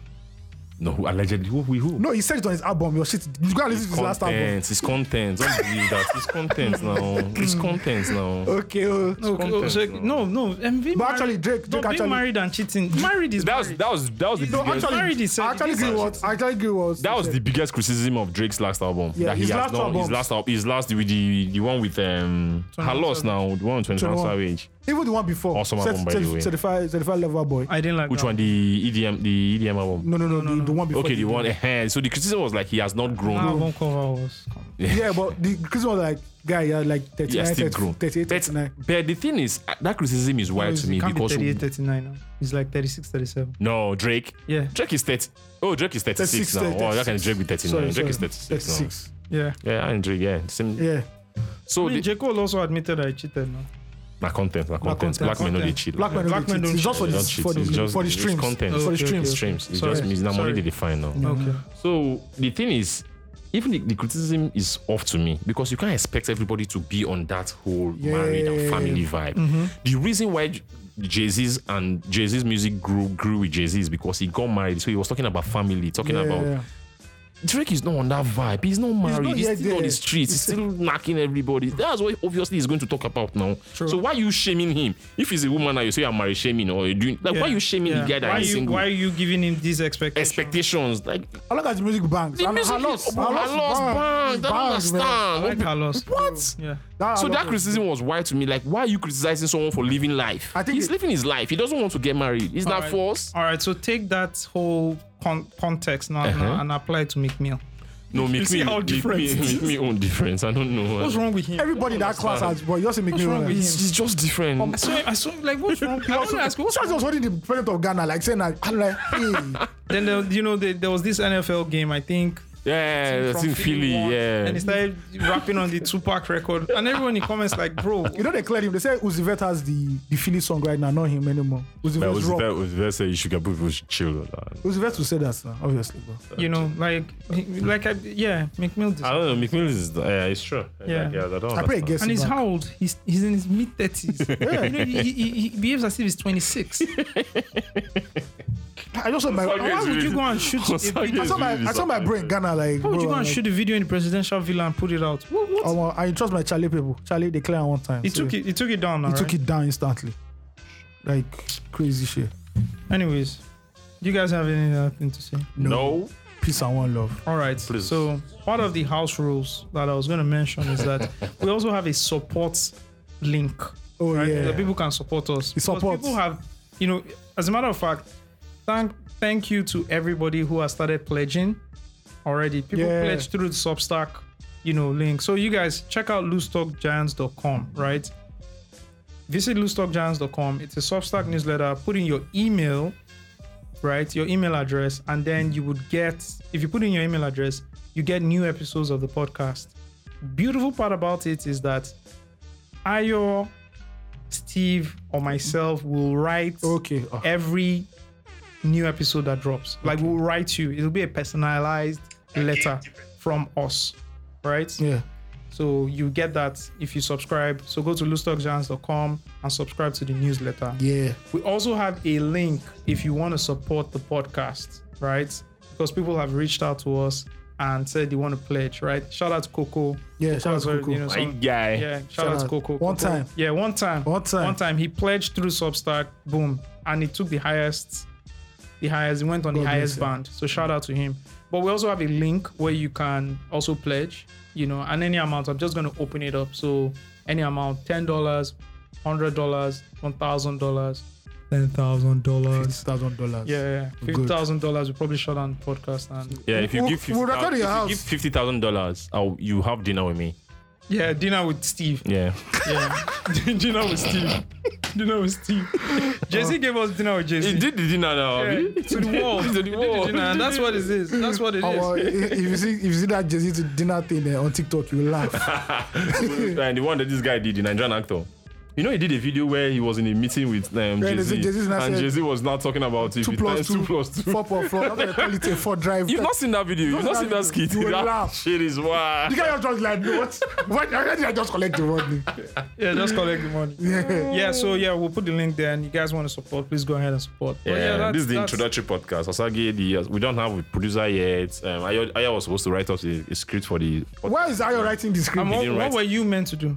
No, who allegedly. Who? Who? who?
No, he said it on his album. You're cheating. You gotta listen to his last album.
It's content. Don't believe that. It's content now. It's content now.
Okay. oh.
No,
Content,
oh, so, no,
no.
no. And being
But
married-
actually, Drake-
no,
Drake
being
actually-
married and cheating. Married is
That was that was that was the
No,
biggest,
actually,
married, he said.
I actually agree with what I actually agree with what
that was
he
the
said.
biggest criticism of Drake's last album.
Yeah,
that he
his
has
last
not his
album.
last album his last with the the one with um
21
Halos now the one with 21
21.
Savage.
even the one before.
Awesome album, by the way.
Certified, certified lover boy.
I didn't like
Which
that.
one? The EDM the EDM album.
No, no, no, E the, the one before.
okay, the
the-
one. eh, so the criticism was like he has not
That
grown.
Album cover was.
Yeah, but the Chris was like, guy, yeah, like 39,
He has still
30,
grown.
38,
But,
39.
but the thing is, uh, that criticism is wild to me
It can't be
because
38, 39 now. It's like 36, 37.
no Drake.
Yeah,
Drake is 30. Oh, Drake is 36
36,
now. Oh, that can Drake be 39.
Sorry,
Drake is
sorry,
36 now.
36.
yeah.
Yeah, and Drake, yeah. Same,
Yeah.
I
Oh,
So
mean,
the,
J. Cole also admitted that he cheated. No?
Na content, na
content,
content. Black men no dey
content.
cheat.
Black men
Black men
don't cheat.
don't
It's just for
They
the
don't
s-
cheat.
for the
It's just-
for the
it's
streams.
content.
For the
Okay,
streams.
okay.
streams. It's
Sorry.
just it's na money
Sorry.
they define now.
Okay.
so
The thing is, even the, the criticism is off to me because you can't expect everybody to be on that whole married and family vibe.
Mm-hmm.
The reason why Jay Z's and Jay Z's music grew grew with Jay Z is because he got married. So he was talking about family, talking about
Yeah.
Drake is not on that vibe. He's not married.
not
He's,
yet
still on
there.
the streets. He's still knocking everybody. That's what obviously he's going to talk about now.
True.
So why you shaming him? If he's a woman and you say you're married shaming or you're doing like why
Yeah.
you shaming
Yeah.
the guy that
why
is
you,
single?
Why are you giving him these expectations?
Expectations like
I look at the music bangs.
the
And
music
her loss-
is
her loss
bang.
bangs,
Don't
bangs, man.
Like
understand. What-
Carlos.
What?
Yeah.
That
So
her
that
loss-
criticism was why to me. Like, why are you criticizing someone for living life?
I think
he's
it-
living his life. He doesn't want to get married. Is that
Alright.
force?
All right. So take that whole con- context now,
Uh-huh.
now and apply it to McMill.
No, make
see
me,
how
make me,
different it
make
is?
me own difference. I don't know.
What's wrong with him?
Everybody in that class has, but you also make me
wrong
wrong.
with
It's, it's just different.
I saw, I saw, like, *laughs* what's wrong? I want to ask, what's
Charles was holding the president of Ghana, like saying, like, I'm like, hey,
Then, there, you know, there, there was this NFL game, I think.
yeah, it's in Philly.
won,
Yeah.
And he started rapping on the Tupac record. And everyone in the comments, like, bro,
you know, they cleared him. They said Uzi Vert has the, the Philly song right now, not him anymore. Uzi
But
Vert's
was
rock.
that was that say you should get people should chill on that.
Uzi Vert will say that, now, obviously. Bro.
you know, like, like, I, yeah, McMill.
I don't know. McMillan is yeah, it's true.
Yeah.
Like, yeah, I don't
I pray
understand.
Oh,
against
and he's
him back.
how old? He's he's in his mid thirties.
*laughs*
you know, he, he, he behaves as if he's twenty six.
I just saw my,
Osage
I
Why
is
would you
really-
go and
*laughs*
shoot? A
Osage
video?
is
saw my,
really
I saw my
disappointing.
brain Ghana, like,
Why would you
bro,
go
I'm
and
like,
shoot a video in the presidential villa and put it out? What? what?
Oh, well, I trust my Charlie people. Charlie, they clear one time.
he
so
took it. He took it down. Now,
He
right?
took it down instantly. Like crazy shit.
Anyways, you guys have any other thing to say?
No.
Peace and one love.
All right.
Please.
So part of the house rules that I was going to mention is that we also have a support link.
Oh,
right?
yeah.
That people can support us. Because
supports.
People have, you know, as a matter of fact, thank thank you to everybody who has started pledging already. People
Yeah.
pledge through the Substack, you know, link. So you guys check out loosetalkgiants.com, right? Visit loosetalkgiants.com. It's a Substack newsletter. Put in your email right? Your email address, and then you would get, if you put in your email address, you get new episodes of the podcast. Beautiful part about it is that Ayo, Steve, or myself will write
Okay.
Eh.
Oh,
every new episode that drops. Like we'll write you, it'll be a personalized letter from us, right?
yeah.
So you get that if you subscribe. So go to loosetalkgiants.com and subscribe to the newsletter.
Yeah.
We also have a link if you want to support the podcast, right? Because people have reached out to us and said they want to pledge, right? Shout out to Coco.
Yeah, shout out
Coco's
to
very-
Coco.
You know, some-
guy.
yeah, shout, out to
out.
Coco.
One
Coco-
time.
Yeah, one time.
One time.
One time. He pledged through Substack, boom. And he took the highest, the highest, he went on the
God
highest
bless
band. So shout out to him. But we also have a link where you can also pledge, you know, and any amount. I'm just going to open it up. So any amount $10, $100, $1,000, $10,000.
thousand dollars.
Yeah, yeah.
Good.
fifty thousand dollars. We probably shut down the podcast and
Yeah, if you
We'll-
give fifty,
we'll record your house.
if you give fifty thousand dollars, I'll you have dinner with me.
yeah, dinner with Steve.
Yeah,
Yeah,
*laughs*
*laughs* dinner with Steve. Dinner with Steve. Jesse gave us dinner with
he
Jesse.
did the dinner now.
Yeah,
abi?
to the wall.
To the
He did
wall.
dinner, and that's what it is. That's what it
Oh, well,
*laughs*
is.
if if you see if you see that Jay Z dinner thing eh, on TikTok, you will
*laughs*
laugh.
and the one that this guy did, the Nigerian actor. You know, he did a video where he was in a meeting with um,
Yeah, they
Jay
said Jay-Z's
Z,
not
and
said-
Jay Z was now talking about if
Two
it
plus
times
two,
two plus two.
four plus four. That's what they call it a four drive.
You've not seen that video. You've not seen that skit.
You will
That
laugh.
shit is wild.
the guy was just like, no, what? Why, why did I just collect the money?
Yeah, just collect the money.
Yeah.
Yeah, so yeah, we'll put the link there. And you guys want to support? Please go ahead and support. But
Yeah,
that's-
this is the
that's-
introductory podcast. Asagi, the, we don't have a producer yet. Um, Aya, Aya was supposed to write us a, a script for the podcast
Why is Ayo writing the script?
And
He
what,
didn't
what
write-
were you meant to do?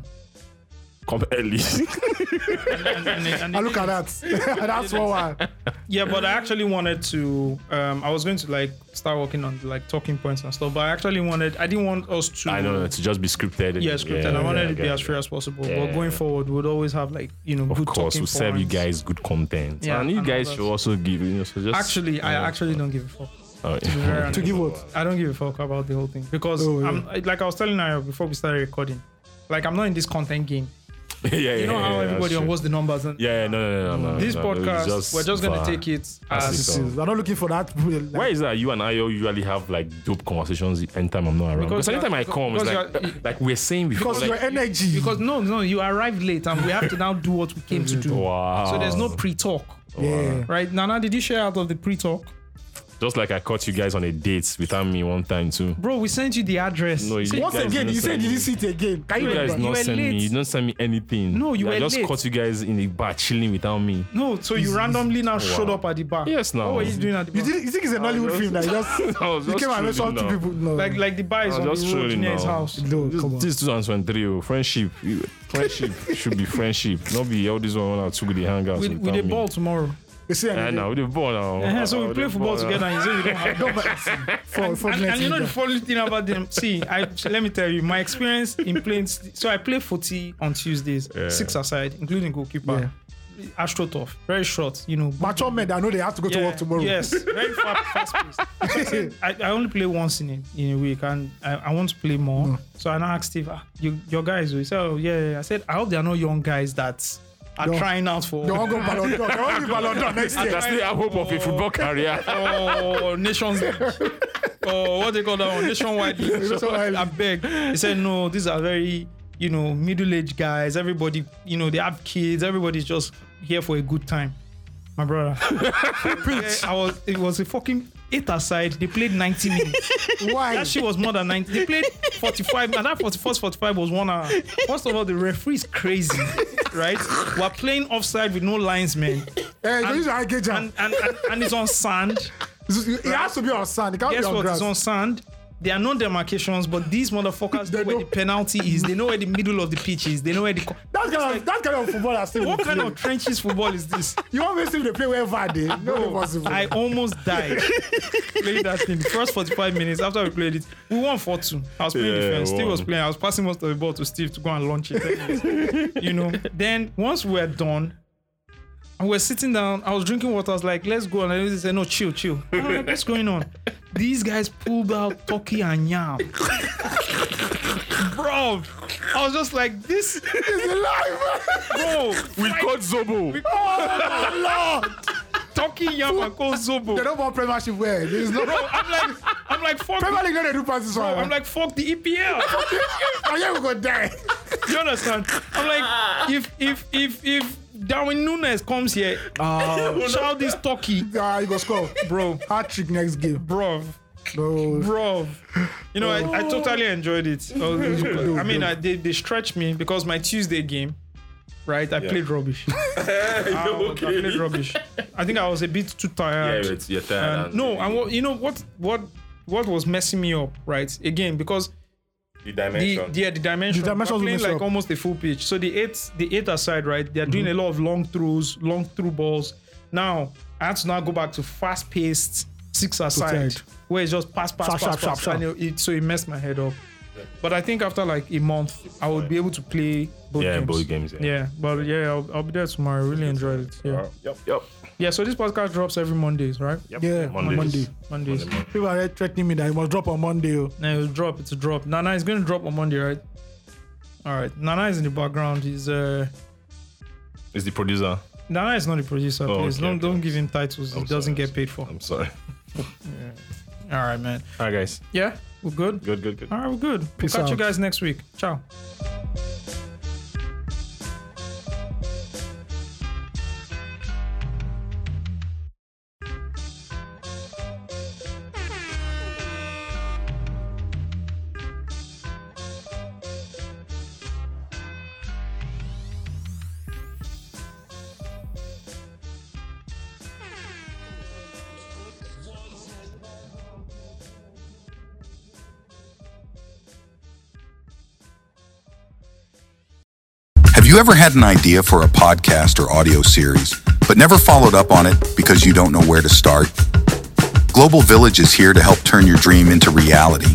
Come *laughs* early.
And- and-
I look at that. *laughs* That's what why.
Yeah, but I actually wanted to. Um, I was going to like start working on like talking points and stuff, but I actually wanted. I didn't want us to.
I know to just be scripted. and-
Yeah, scripted. I wanted
yeah,
it to be
yeah,
as free as possible.
Yeah.
But going forward, we'd always have like you know
Of
good
course,
talking
we'll serve you
points.
guys good content,
Yeah,
and you
and
guys
all
should
that.
also give. You know, so just
Actually,
Yeah.
I actually don't give a fuck.
Oh,
To be very
yeah.
honest.
To give what?
I don't give a fuck about the whole thing because
Oh, yeah.
I'm like I was telling Nayo before we started recording, like I'm not in this content game.
*laughs* yeah, yeah,
you know
yeah,
how
yeah,
everybody
that's
on
true.
what's the numbers and
Yeah, yeah, no, no, no, no, no.
this
no,
podcast,
it's
we're just gonna
far.
take it
As
as
it
I'm not looking for that. Like,
Why is that you and I usually have like dope conversations anytime I'm not around?
Because
Because,
you are-
anytime I come, it's
because
like, uh,
you are-
like we're saying before.
Because
like,
your energy.
because no, no, you arrived late and we have to now do what we came to do.
wow.
So there's no pre-talk,
yeah.
right? Nana, did you share out of the pre-talk,
Just like I caught you guys on a date without me one time too.
bro? We sent you the address.
No, you
Once
guys
again,
didn't
you said
send
you
me.
didn't see it again. Can you
You guys
remember?
not
were
send me.
late.
You don't send me anything.
No, you
I
were
just
late.
caught you guys in a bar chilling without me.
No, so you randomly now showed up at the bar.
Yes, now.
What were you doing at the
You,
bar?
did, you think it's a Nollywood film that you just,
I was
you
just
came and mentioned
trolling
two
now.
people? No,
Like, like the bar is
I
on
was
the
just
road
trolling
near his
now.
house.
no,
This,
come on.
this 2023, oh, friendship, you-
*laughs*
friendship should be friendship, not be all this one when I took the hangouts.
With, with
without
the
me.
ball tomorrow.
You see,
Yeah, now with the ball now.
Eh, so we
With
play
the
football
ball now.
together and you say you don't have
no, but for, for
and, and you know the
Glenn
funny thing about them. See, I let me tell you my experience in playing. So I play footy on Tuesdays,
Yeah.
six aside, including goalkeeper. Astro tough, very short, you know.
Mature men that know they have to go to
Yeah,
work tomorrow.
Yes, very fa- fast
*laughs*
paced. I, I only play once in a, in a week and I, I want to play more. So I now asked Steve, ah, you, your guys, he said, oh, yeah, yeah. I said, I hope they are not young guys that are
No.
trying out for.
They
*laughs*
won't go Ballon d'Or. They won't be Ballon d'Or next year.
That's the hope of a
*laughs*
football career.
oh, nations league. Oh, what they call that one? Nationwide league.
Nationwide
I beg. He said, no, these are very, you know, middle-aged guys. Everybody, you know, they have kids. Everybody's just here for a good time. My brother. Yeah, I was it was a fucking eight aside. They played 90 minutes.
Why? Eh,
That shit was more than 90. They played 45, and that 41st 45 was one hour. First of all, the referee is crazy, right? We're playing offside with no linesmen.
Hey, don't use your eye gauge.
And, and, and, and it's on sand.
It's- It has to be on sand. It can't
Guess
be on
what?
grass.
It's on sand. There are no demarcations, but these motherfuckers
They
know where
know.
the penalty is. They know where the middle of the pitch is. They know where the. Co-
That kind of that kind of football I still.
what kind of trenches football is this?
You always see they play wherever they. No, possible.
I almost died playing that thing. First 45 minutes after we played it, we won 4 2. I was playing
Yeah,
defense. Steve was
won.
playing. I was passing most of the ball to Steve to go and launch it. *laughs* you know, then once we were done, we were sitting down. I was drinking water. I was like, let's go. And I said, no, chill, chill. I'm like, what's going on? These guys pulled out turkey and yam. Bro, I was just like, this,
It's alive.
bro,
We caught Zobo.
*laughs* Oh my lord!
turkey, yam, and cold
They
zobo.
don't want Premiership where. There's no
Bro, I'm like, I'm like, fuck
Premier League. Don't do pass this one. *laughs*
I'm like, fuck the E EPL.
and yeah, we go die.
Do you understand? I'm like, if if if if Darwin Nunes comes here, *laughs* shout this turkey,
Ah, you go score,
bro,
Hat trick next game,
bro,
bro.
bro. You know, I, I totally enjoyed it. I was- I mean, I, they they stretched me because my Tuesday game. Right, I played rubbish. *laughs* I, was- I played rubbish. I think I was a bit too tired.
your
And
turn.
Uh, no, and what, you know what what what was messing me up, right? Again, because
the
the, yeah, the dimension.
The dimensions
We're
will
playing
mess
like
up.
almost a full pitch. So the eight, the eight aside, right? They are doing a
Mm-hmm.
lot of long throws, long through balls. Now I had to now go back to fast paced six aside,
tight.
where it's just pass, pass,
Sharp,
pass,
sharp,
pass,
sharp,
and
sharp.
It, it- so it messed my head up. But I think after like a month, I would be able to play both
Yeah,
games.
both games, yeah.
yeah, but yeah, I'll, I'll be there tomorrow. I really enjoyed it. Yeah,
Yep, yep,
yeah. So this podcast drops every Mondays, right?
yep.
Yeah,
Mondays.
Monday.
Mondays.
People are threatening me that you must drop on Monday. oh.
No, it'll drop. It's a drop. Nana is going to drop on Monday, right? All right. Nana is in the background. He's uh,
It's the producer.
Nana is not the producer.
Oh,
please
okay,
don't
okay.
don't give him titles. he
I'm
doesn't
sorry,
get paid for.
I'm sorry.
All right, man.
All right, guys.
Yeah, we're good.
Good, good, good.
All right, we're good.
Peace
we'll catch you
out.
guys next week. Ciao.
Have you ever had an idea for a podcast or audio series, but never followed up on it because you don't know where to start? Global Village is here to help turn your dream into reality.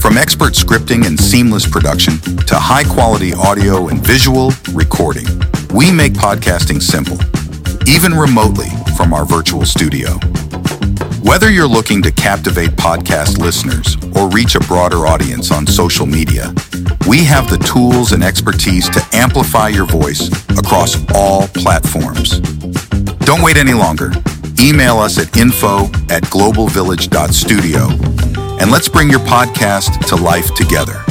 From expert scripting and seamless production to high quality audio and visual recording, we make podcasting simple, even remotely from our virtual studio. Whether you're looking to captivate podcast listeners or reach a broader audience on social media, We have the tools and expertise to amplify your voice across all platforms. Don't wait any longer. Email us at info at globalvillage.studio and let's bring your podcast to life together.